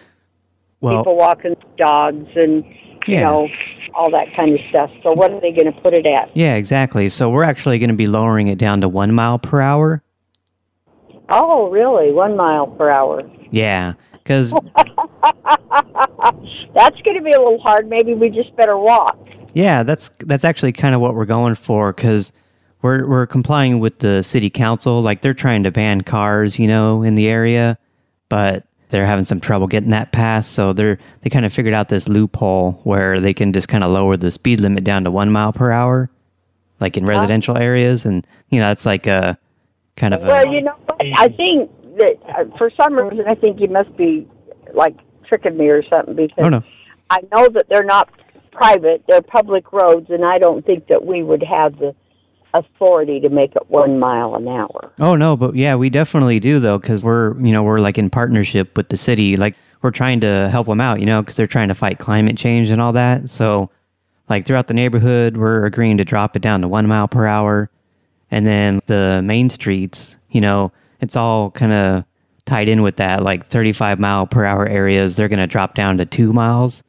Speaker 2: Well,
Speaker 19: walking dogs and, you
Speaker 2: Yeah.
Speaker 19: know, all that kind of stuff. So what are they going to put it at?
Speaker 2: yeah, exactly. So we're actually going to be lowering it down to 1 mile per hour.
Speaker 19: Oh, really? One mile per hour.
Speaker 2: Yeah, cuz
Speaker 19: That's going to be a little hard. Maybe we just better walk.
Speaker 2: yeah, that's that's actually kind of what we're going for cuz we're we're complying with the city council like they're trying to ban cars, you know, in the area, but they're having some trouble getting that passed, so they're they kind of figured out this loophole where they can just kind of lower the speed limit down to 1 mile per hour like in residential areas and you know, that's like a kind of a
Speaker 19: Well, you know, what? I think that uh, for some reason, I think you must be like tricking me or something because
Speaker 2: Oh, no.
Speaker 19: I know that they're not private; they're public roads, and I don't think that we would have the authority to make it one mile an hour.
Speaker 2: Oh no, but yeah, we definitely do though, because we're you know we're like in partnership with the city, like we're trying to help them out, you know, because they're trying to fight climate change and all that. So, like throughout the neighborhood, we're agreeing to drop it down to one mile per hour, and then the main streets, you know, it's all kind of tied in with that. Like thirty-five mile per hour areas, they're going to drop down to two miles,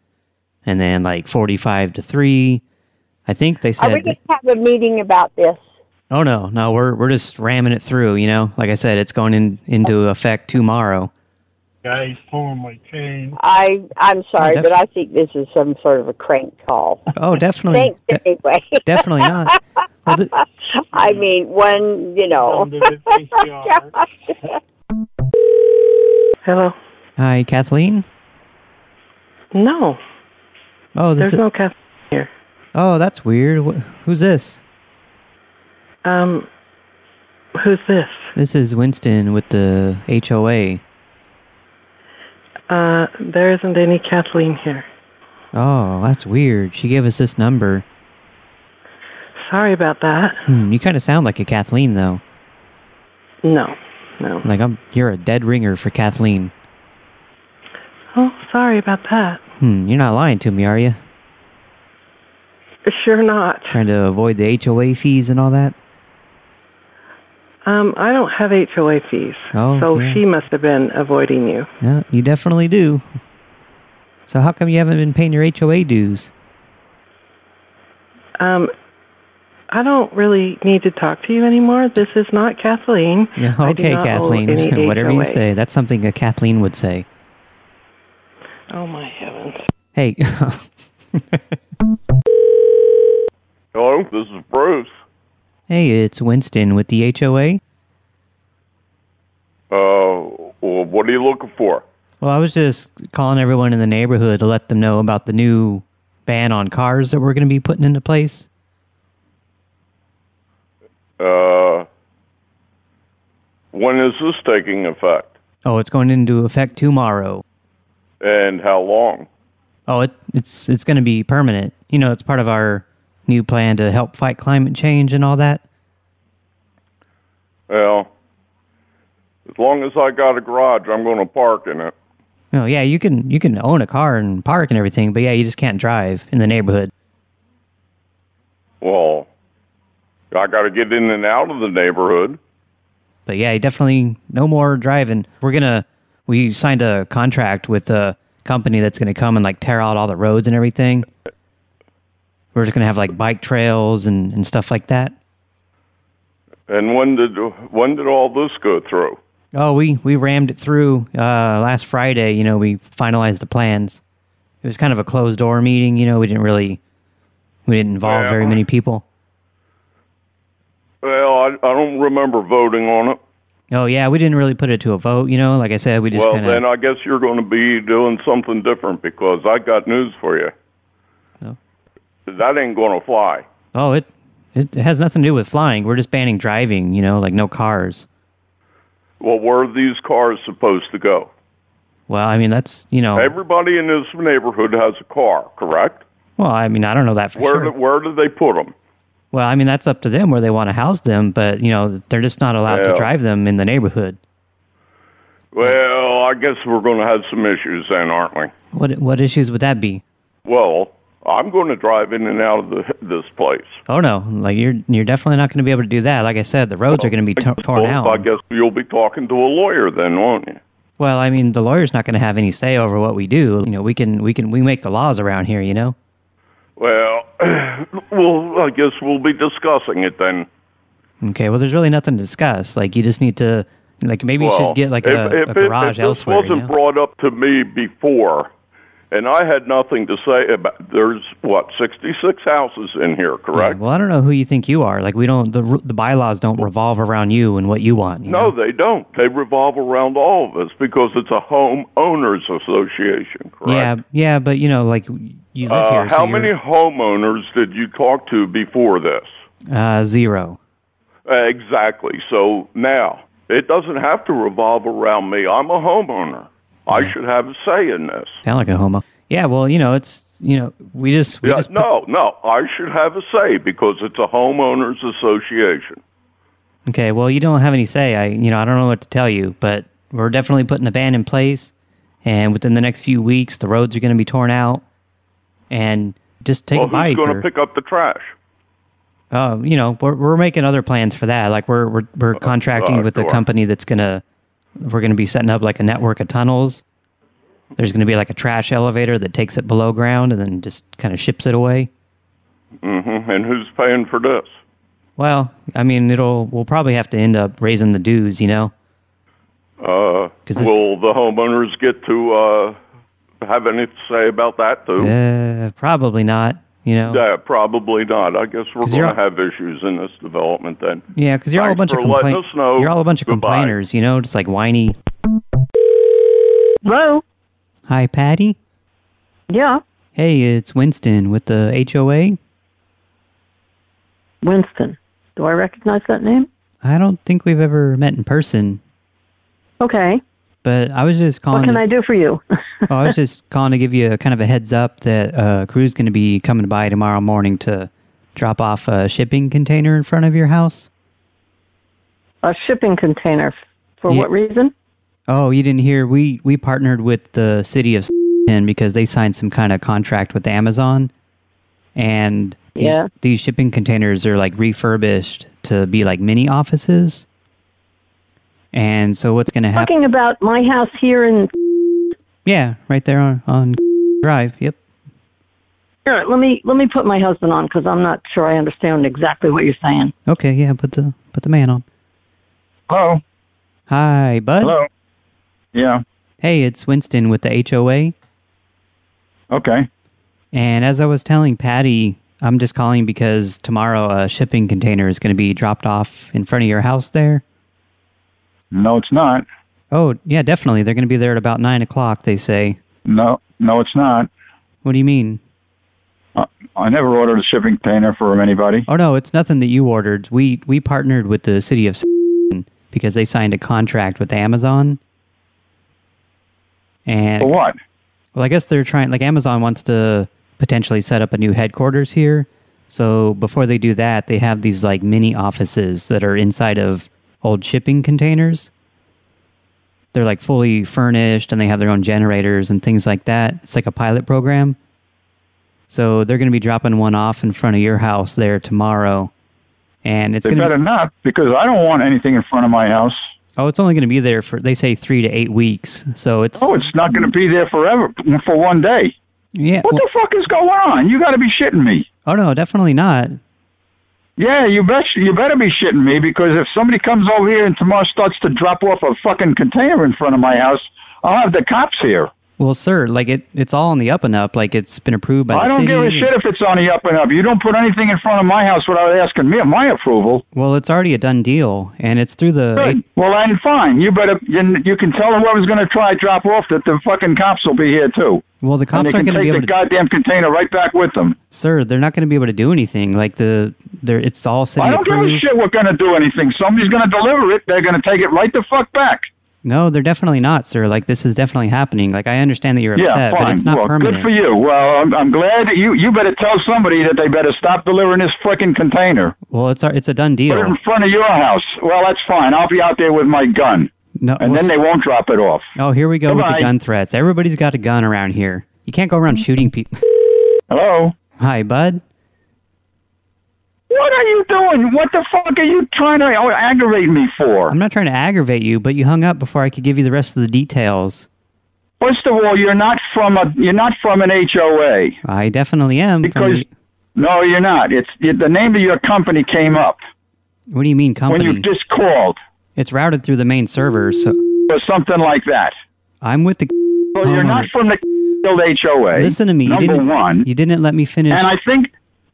Speaker 2: and then like forty-five to three. I think they said.
Speaker 19: Are we going to have a meeting about this?
Speaker 2: Oh no, no, we're we're just ramming it through, you know. Like I said, it's going in into effect tomorrow.
Speaker 25: Guys pulling my chain.
Speaker 19: I I'm sorry,
Speaker 2: Oh, def-
Speaker 19: but I think this is some sort of a crank call.
Speaker 2: Oh, definitely.
Speaker 19: Thanks anyway.
Speaker 2: definitely not.
Speaker 19: I mean, one, you know.
Speaker 26: Hello.
Speaker 2: Hi, Kathleen.
Speaker 26: No,
Speaker 2: Oh, this
Speaker 26: there's
Speaker 2: is,
Speaker 26: no Kathleen here.
Speaker 2: Oh, that's weird. Wh- who's this?
Speaker 26: Um, who's this?
Speaker 2: This is Winston with the HOA.
Speaker 26: Uh, there isn't any Kathleen here.
Speaker 2: Oh, that's weird. She gave us this number.
Speaker 26: Sorry about that.
Speaker 2: Hmm, you kind of sound like a Kathleen though.
Speaker 26: No, no.
Speaker 2: Like I'm you're a dead ringer for Kathleen.
Speaker 26: Oh, sorry about that.
Speaker 2: Hmm, you're not lying to me, are you?
Speaker 26: Sure not.
Speaker 2: Trying to avoid the HOA fees and all that?
Speaker 26: Um, I don't have HOA fees,
Speaker 2: Oh,
Speaker 26: so
Speaker 2: yeah.
Speaker 26: she must have been avoiding you.
Speaker 2: Yeah, you definitely do. So how come you haven't been paying your HOA dues?
Speaker 26: Um, I don't really need to talk to you anymore. This is not Kathleen.
Speaker 2: Yeah,
Speaker 26: I do
Speaker 2: okay,
Speaker 26: not owe
Speaker 2: Kathleen.
Speaker 26: any
Speaker 2: Whatever you
Speaker 26: HOA.
Speaker 2: say, that's something a Kathleen would say.
Speaker 26: Oh my heavens.
Speaker 2: Hey,
Speaker 13: Hello, this is Bruce.
Speaker 2: hey, it's Winston with the HOA.
Speaker 13: Uh, well, what are you looking for?
Speaker 2: Well, I was just calling everyone in the neighborhood to let them know about the new ban on cars that we're going to be putting into place.
Speaker 13: Uh, when is this taking effect,
Speaker 2: Oh, it's going into effect tomorrow.
Speaker 13: and how long?
Speaker 2: Oh, it, it's it's going to be permanent. You know, it's part of our new plan to help fight climate change and all that.
Speaker 13: Well, as long as I got a garage, I'm going to park in it.
Speaker 2: Oh, yeah, you can you can own a car and park and everything, but yeah, you just can't drive in the neighborhood.
Speaker 13: Well, I got to get in and out of the neighborhood.
Speaker 2: But yeah, definitely no more driving. We're gonna we signed a contract with a company that's gonna come and like tear out all the roads and everything. We're just gonna have like bike trails and, and stuff like that.
Speaker 13: And when did when did all this go through?
Speaker 2: Oh, we we rammed it through uh, last Friday. You know, we finalized the plans. It was kind of a closed door meeting. You know, we didn't really we didn't involve
Speaker 13: Yeah.
Speaker 2: very many people.
Speaker 13: Well, I, I don't remember voting on it.
Speaker 2: Oh yeah, we didn't really put it to a vote. You know, like I said, we just
Speaker 13: well,
Speaker 2: kind
Speaker 13: then
Speaker 2: of.
Speaker 13: I guess you're going to be doing something different because I got news for you.
Speaker 2: No.
Speaker 13: That ain't going to fly.
Speaker 2: Oh, it it has nothing to do with flying. We're just banning driving. You know, like no cars.
Speaker 13: Well, where are these cars supposed to go?
Speaker 2: Well, I mean, that's, you know,
Speaker 13: Everybody in this neighborhood has a car, correct?
Speaker 2: well, I mean, I don't know that for
Speaker 13: where
Speaker 2: sure.
Speaker 13: do, where do they put them?
Speaker 2: well, I mean, that's up to them where they want to house them, but, you know, they're just not allowed to
Speaker 13: Yeah.
Speaker 2: drive them in the neighborhood.
Speaker 13: Well, I guess we're going to have some issues then, aren't we?
Speaker 2: What what issues would that be?
Speaker 13: Well, I'm going to drive in and out of the, this place.
Speaker 2: Oh no, like you're you're definitely not going to be able to do that. Like I said, the roads are going to be t- torn
Speaker 13: Well, I
Speaker 2: out.
Speaker 13: guess you'll be talking to a lawyer then, won't you?
Speaker 2: Well, I mean, the lawyer's not going to have any say over what we do. You know, we can we can we make the laws around here, you know.
Speaker 13: Well, well, I guess we'll be discussing it then.
Speaker 2: Okay, well, there's really nothing to discuss. Like you just need to like maybe you
Speaker 13: well,
Speaker 2: should get like
Speaker 13: if,
Speaker 2: a,
Speaker 13: if
Speaker 2: a
Speaker 13: it-
Speaker 2: garage
Speaker 13: if this
Speaker 2: elsewhere. you
Speaker 13: wasn't
Speaker 2: know?
Speaker 13: brought up to me before, and I had nothing to say about. There's what 66 houses in here, correct?
Speaker 2: Yeah, well, I don't know who you think you are. Like we don't the ru- the bylaws don't revolve around you and what you want.
Speaker 13: No, they don't. They revolve around all of us because it's a homeowners association.
Speaker 2: Yeah, yeah, but you know, like you live
Speaker 13: Uh,
Speaker 2: here. so
Speaker 13: how
Speaker 2: you're-
Speaker 13: many homeowners did you talk to before this?
Speaker 2: Uh, zero.
Speaker 13: Uh, exactly. So now it doesn't have to revolve around me. I'm a homeowner. I should have a say in this.
Speaker 2: Sound like a homo. Yeah, well, you know, it's you know, we just we
Speaker 13: Yeah,
Speaker 2: just
Speaker 13: no, no, I should have a say because it's a homeowners association.
Speaker 2: Okay, well, you don't have any say. I, you know, I don't know what to tell you, but we're definitely putting a ban in place, and within the next few weeks, the roads are going to be torn out, and just take
Speaker 13: well,
Speaker 2: a bike.
Speaker 13: who's going
Speaker 2: or-
Speaker 13: to pick up the trash?
Speaker 2: uh, you know, we're we're making other plans for that. Like we're we're we're contracting
Speaker 13: uh,
Speaker 2: with
Speaker 13: sure.
Speaker 2: a company that's gonna we're gonna be setting up like a network of tunnels. There's gonna be like a trash elevator that takes it below ground and then just kind of ships it away.
Speaker 13: hmm And who's paying for this?
Speaker 2: Well, I mean, it'll we'll probably have to end up raising the dues, you know.
Speaker 13: Uh, will the homeowners get to uh, have any say about that too?
Speaker 2: Uh, probably not, you know.
Speaker 13: Yeah, probably not. I guess we're
Speaker 2: 'Cause you're-
Speaker 13: going to have issues in this development then.
Speaker 2: Yeah, because you're all a bunch
Speaker 13: Thanks
Speaker 2: of
Speaker 13: for letting
Speaker 2: complainers.
Speaker 13: us know.
Speaker 2: You're all a bunch of
Speaker 13: Goodbye.
Speaker 2: complainers, you know, just like whiny.
Speaker 18: Hello.
Speaker 2: Hi, Patty.
Speaker 18: Yeah.
Speaker 2: Hey, it's Winston with the HOA.
Speaker 18: Winston. Do I recognize that name?
Speaker 2: I don't think we've ever met in person,
Speaker 18: Okay.
Speaker 2: but I was just calling.
Speaker 18: what can I do for you?
Speaker 2: to, oh, I was just calling to give you a kind of a heads up that uh, crew's going to be coming by tomorrow morning to drop off a shipping container in front of your house.
Speaker 18: A shipping container. For
Speaker 2: Yeah.
Speaker 18: what reason?
Speaker 2: Oh, you didn't hear? We we partnered with the city of and because they signed some kind of contract with Amazon, and the-
Speaker 18: Yeah.
Speaker 2: these shipping containers are like refurbished to be like mini offices. And so what's going to happen?
Speaker 18: Talking about my house here in.
Speaker 2: Yeah, right there on on drive. Yep.
Speaker 18: Here, let me let me put my husband on because I'm not sure I understand exactly what you're saying.
Speaker 2: Okay, yeah, put the put the man on.
Speaker 18: Hello.
Speaker 2: Hi, bud.
Speaker 18: Hello.
Speaker 2: Yeah. Hey, it's Winston with the HOA. Okay. And as I was telling Patty, I'm just calling because tomorrow a shipping container is going to be dropped off in front of your house there.
Speaker 3: No, it's not.
Speaker 2: Oh, yeah, definitely. They're going to be there at about 9 o'clock, they say.
Speaker 3: No, no, it's not.
Speaker 2: What do you mean?
Speaker 3: Uh, I never ordered a shipping container for anybody.
Speaker 2: Oh, no, it's nothing that you ordered. We, we partnered with the city of because they signed a contract with Amazon. And
Speaker 3: For what?
Speaker 2: Well, I guess they're trying, like, Amazon wants to potentially set up a new headquarters here. So before they do that, they have these, like, mini offices that are inside of old shipping containers. They're, like, fully furnished and they have their own generators and things like that. It's like a pilot program. So they're going to be dropping one off in front of your house there tomorrow. And it's
Speaker 3: they
Speaker 2: going to
Speaker 3: better not because I don't want anything in front of my house.
Speaker 2: Oh, it's only going to be there for they say three to eight weeks. So it's
Speaker 3: Oh, it's not going to be there forever for one day.
Speaker 2: Yeah.
Speaker 3: What the fuck is going on? You got to be shitting me.
Speaker 2: Oh no, definitely not.
Speaker 3: Yeah, you bet. You better be shitting me because if somebody comes over here and tomorrow starts to drop off a fucking container in front of my house, I'll have the cops here.
Speaker 2: well, sir, like it, it's all on the up and up. Like it's been approved by.
Speaker 3: I
Speaker 2: the
Speaker 3: don't
Speaker 2: city.
Speaker 3: give a shit if it's on the up and up. You don't put anything in front of my house without asking me my approval.
Speaker 2: Well, it's already a done deal, and it's through the.
Speaker 3: Good. Well, then fine. You better. You, you can tell whoever's going to try to drop off that the fucking cops will be here too.
Speaker 2: Well, the
Speaker 3: and
Speaker 2: cops
Speaker 3: they
Speaker 2: aren't
Speaker 3: can
Speaker 2: going to be able
Speaker 3: take the
Speaker 2: to.
Speaker 3: goddamn container right back with them.
Speaker 2: Sir, they're not going to be able to do anything. Like the, they're it's all city
Speaker 3: I don't give a
Speaker 2: approved.
Speaker 3: shit. We're going to do anything. Somebody's going to deliver it. They're going to take it right the fuck back.
Speaker 2: No, they're definitely not, sir. Like this is definitely happening. Like I understand that you're
Speaker 3: yeah,
Speaker 2: upset,
Speaker 3: fine.
Speaker 2: but it's not
Speaker 3: well,
Speaker 2: permanent.
Speaker 3: good for you. Well, I'm, I'm glad that you. You better tell somebody that they better stop delivering this frickin' container.
Speaker 2: Well, it's it's a done deal.
Speaker 3: Put it in front of your house. Well, that's fine. I'll be out there with my gun,
Speaker 2: No,
Speaker 3: and
Speaker 2: well,
Speaker 3: then they
Speaker 2: sir-
Speaker 3: won't drop it off.
Speaker 2: Oh, here we go with
Speaker 3: Goodbye.
Speaker 2: the gun threats. Everybody's got a gun around here. You can't go around shooting people.
Speaker 3: Hello.
Speaker 2: Hi, bud.
Speaker 3: What are you doing? What the fuck are you trying to oh, aggravate me for?
Speaker 2: I'm not trying to aggravate you, but you hung up before I could give you the rest of the details.
Speaker 3: First of all, you're not from a you're not from an HOA.
Speaker 2: I definitely am. from
Speaker 3: Because
Speaker 2: the-
Speaker 3: no, you're not. It's it, the name of your company came up
Speaker 2: what do you mean company?
Speaker 3: when you just called
Speaker 2: it's routed through the main server, so
Speaker 3: or something like that.
Speaker 2: I'm with the.
Speaker 3: So you're not from the HOA.
Speaker 2: Listen to me. you
Speaker 3: Number
Speaker 2: didn't,
Speaker 3: one.
Speaker 2: You didn't let me finish.
Speaker 3: And I think,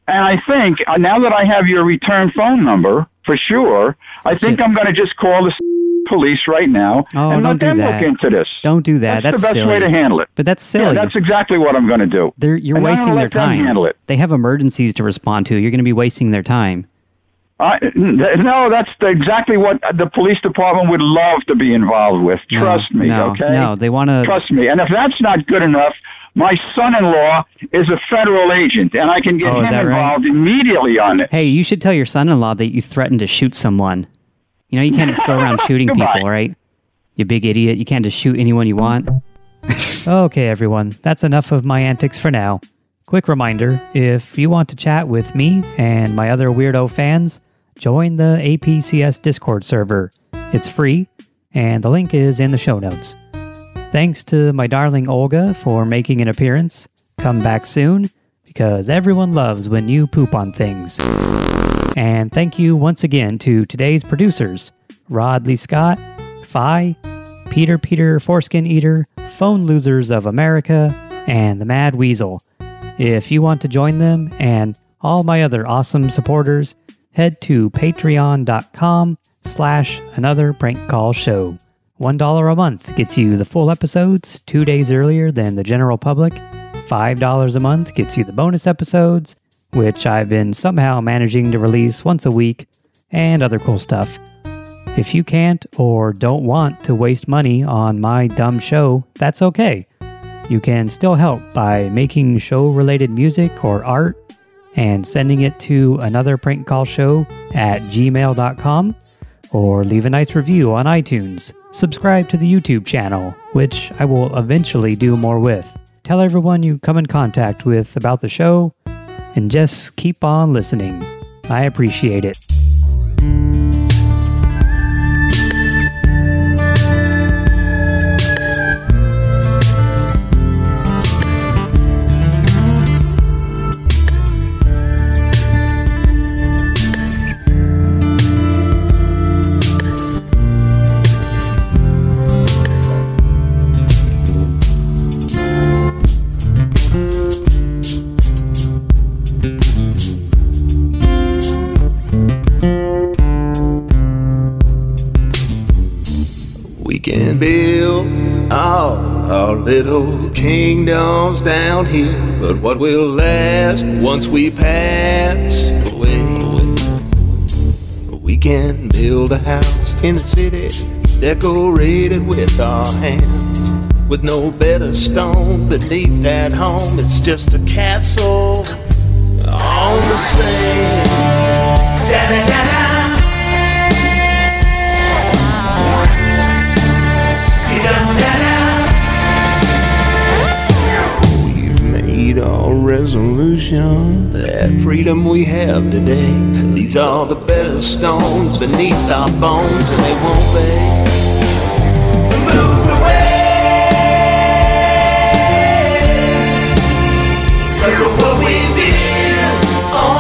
Speaker 3: and I think uh, now that I have your return phone number for sure, I think I'm going to just call the police right now
Speaker 2: Oh, don't
Speaker 3: and let
Speaker 2: do
Speaker 3: them
Speaker 2: that.
Speaker 3: look into this.
Speaker 2: Don't do that. That's,
Speaker 3: That's the best
Speaker 2: silly.
Speaker 3: way to handle it.
Speaker 2: But that's silly.
Speaker 3: Yeah, that's exactly what I'm going to do.
Speaker 2: They're, you're
Speaker 3: And I'm gonna
Speaker 2: wasting their
Speaker 3: let them
Speaker 2: time.
Speaker 3: handle it.
Speaker 2: They have emergencies to respond to. You're going to be wasting their time.
Speaker 3: I, th- no, that's the, exactly what the police department would love to be involved with.
Speaker 2: No,
Speaker 3: Trust me,
Speaker 2: no,
Speaker 3: okay?
Speaker 2: no, uh, they wanna-
Speaker 3: Trust me. And if that's not good enough, my son-in-law is a federal agent, and I can get
Speaker 2: Oh, is
Speaker 3: him
Speaker 2: that right?
Speaker 3: involved immediately on it.
Speaker 2: Hey, you should tell your son-in-law that you threatened to shoot someone.
Speaker 3: You know, you can't just go around shooting
Speaker 2: Goodbye.
Speaker 3: people, right? You big idiot. You can't just shoot anyone you want.
Speaker 2: Okay, everyone, that's enough of my antics for now. Quick reminder if you want to chat with me and my other weirdo fans, join the APCS Discord server. It's free, and the link is in the show notes. Thanks to my darling Olga for making an appearance. Come back soon, because everyone loves when you poop on things. And thank you once again to today's producers Rod Lee Scott, Phi, Peter Peter Foreskin Eater, Phone Losers of America, and the Mad Weasel. If you want to join them and all my other awesome supporters, head to patreon.com slash another prank call show. $1 a month gets you the full episodes two days earlier than the general public. $5 a month gets you the bonus episodes, which I've been somehow managing to release once a week, and other cool stuff. If you can't or don't want to waste money on my dumb show, that's okay. You can still help by making show related music or art and sending it to another prank call show at gmail.com or leave a nice review on iTunes. Subscribe to the YouTube channel, which I will eventually do more with. Tell everyone you come in contact with about the show and just keep on listening. I appreciate it.
Speaker 16: We can build all our little kingdoms down here, but what will last once we pass away? We can build a house in the city, decorated with our hands, with no bed of stone beneath that home. It's just a castle on the sand. Da-da-da-da. made our resolution. That freedom we have today. These are the better stones beneath our bones, and they won't fade. Move away. 'Cause of what we build on,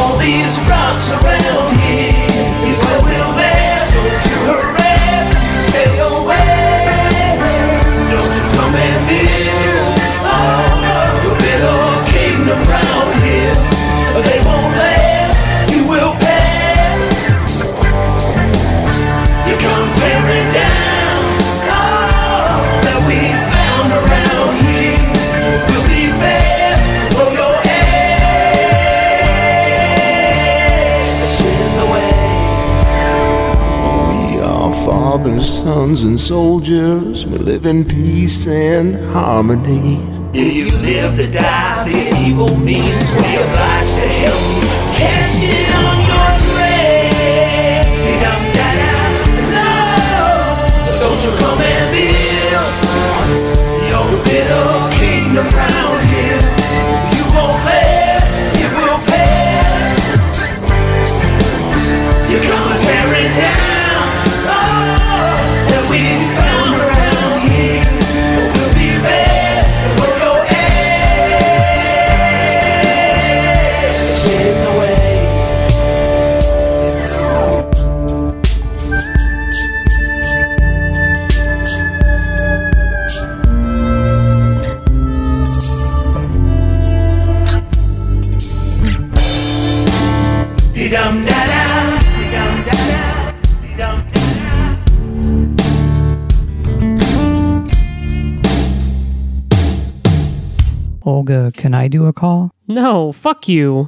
Speaker 16: all these rocks around here is where we'll live. Don't you harass, stay away. Don't you come and build on your little kingdom round here. They won't let you will pass. You come tearing down all that we found around here. We'll be back for your ashes away. We are fathers, sons, and soldiers. We live in peace and harmony. If you live to die, the evil means we oblige to help you. Cast it on your grave. You don't die, no. Don't you come and build your little kingdom round here. You won't last, you will pass. You come tearing down all that we found around here. We'll be back for your ashes away. Dum da da, dum da da, dum
Speaker 2: Olga, can I do a call?
Speaker 17: No, fuck you.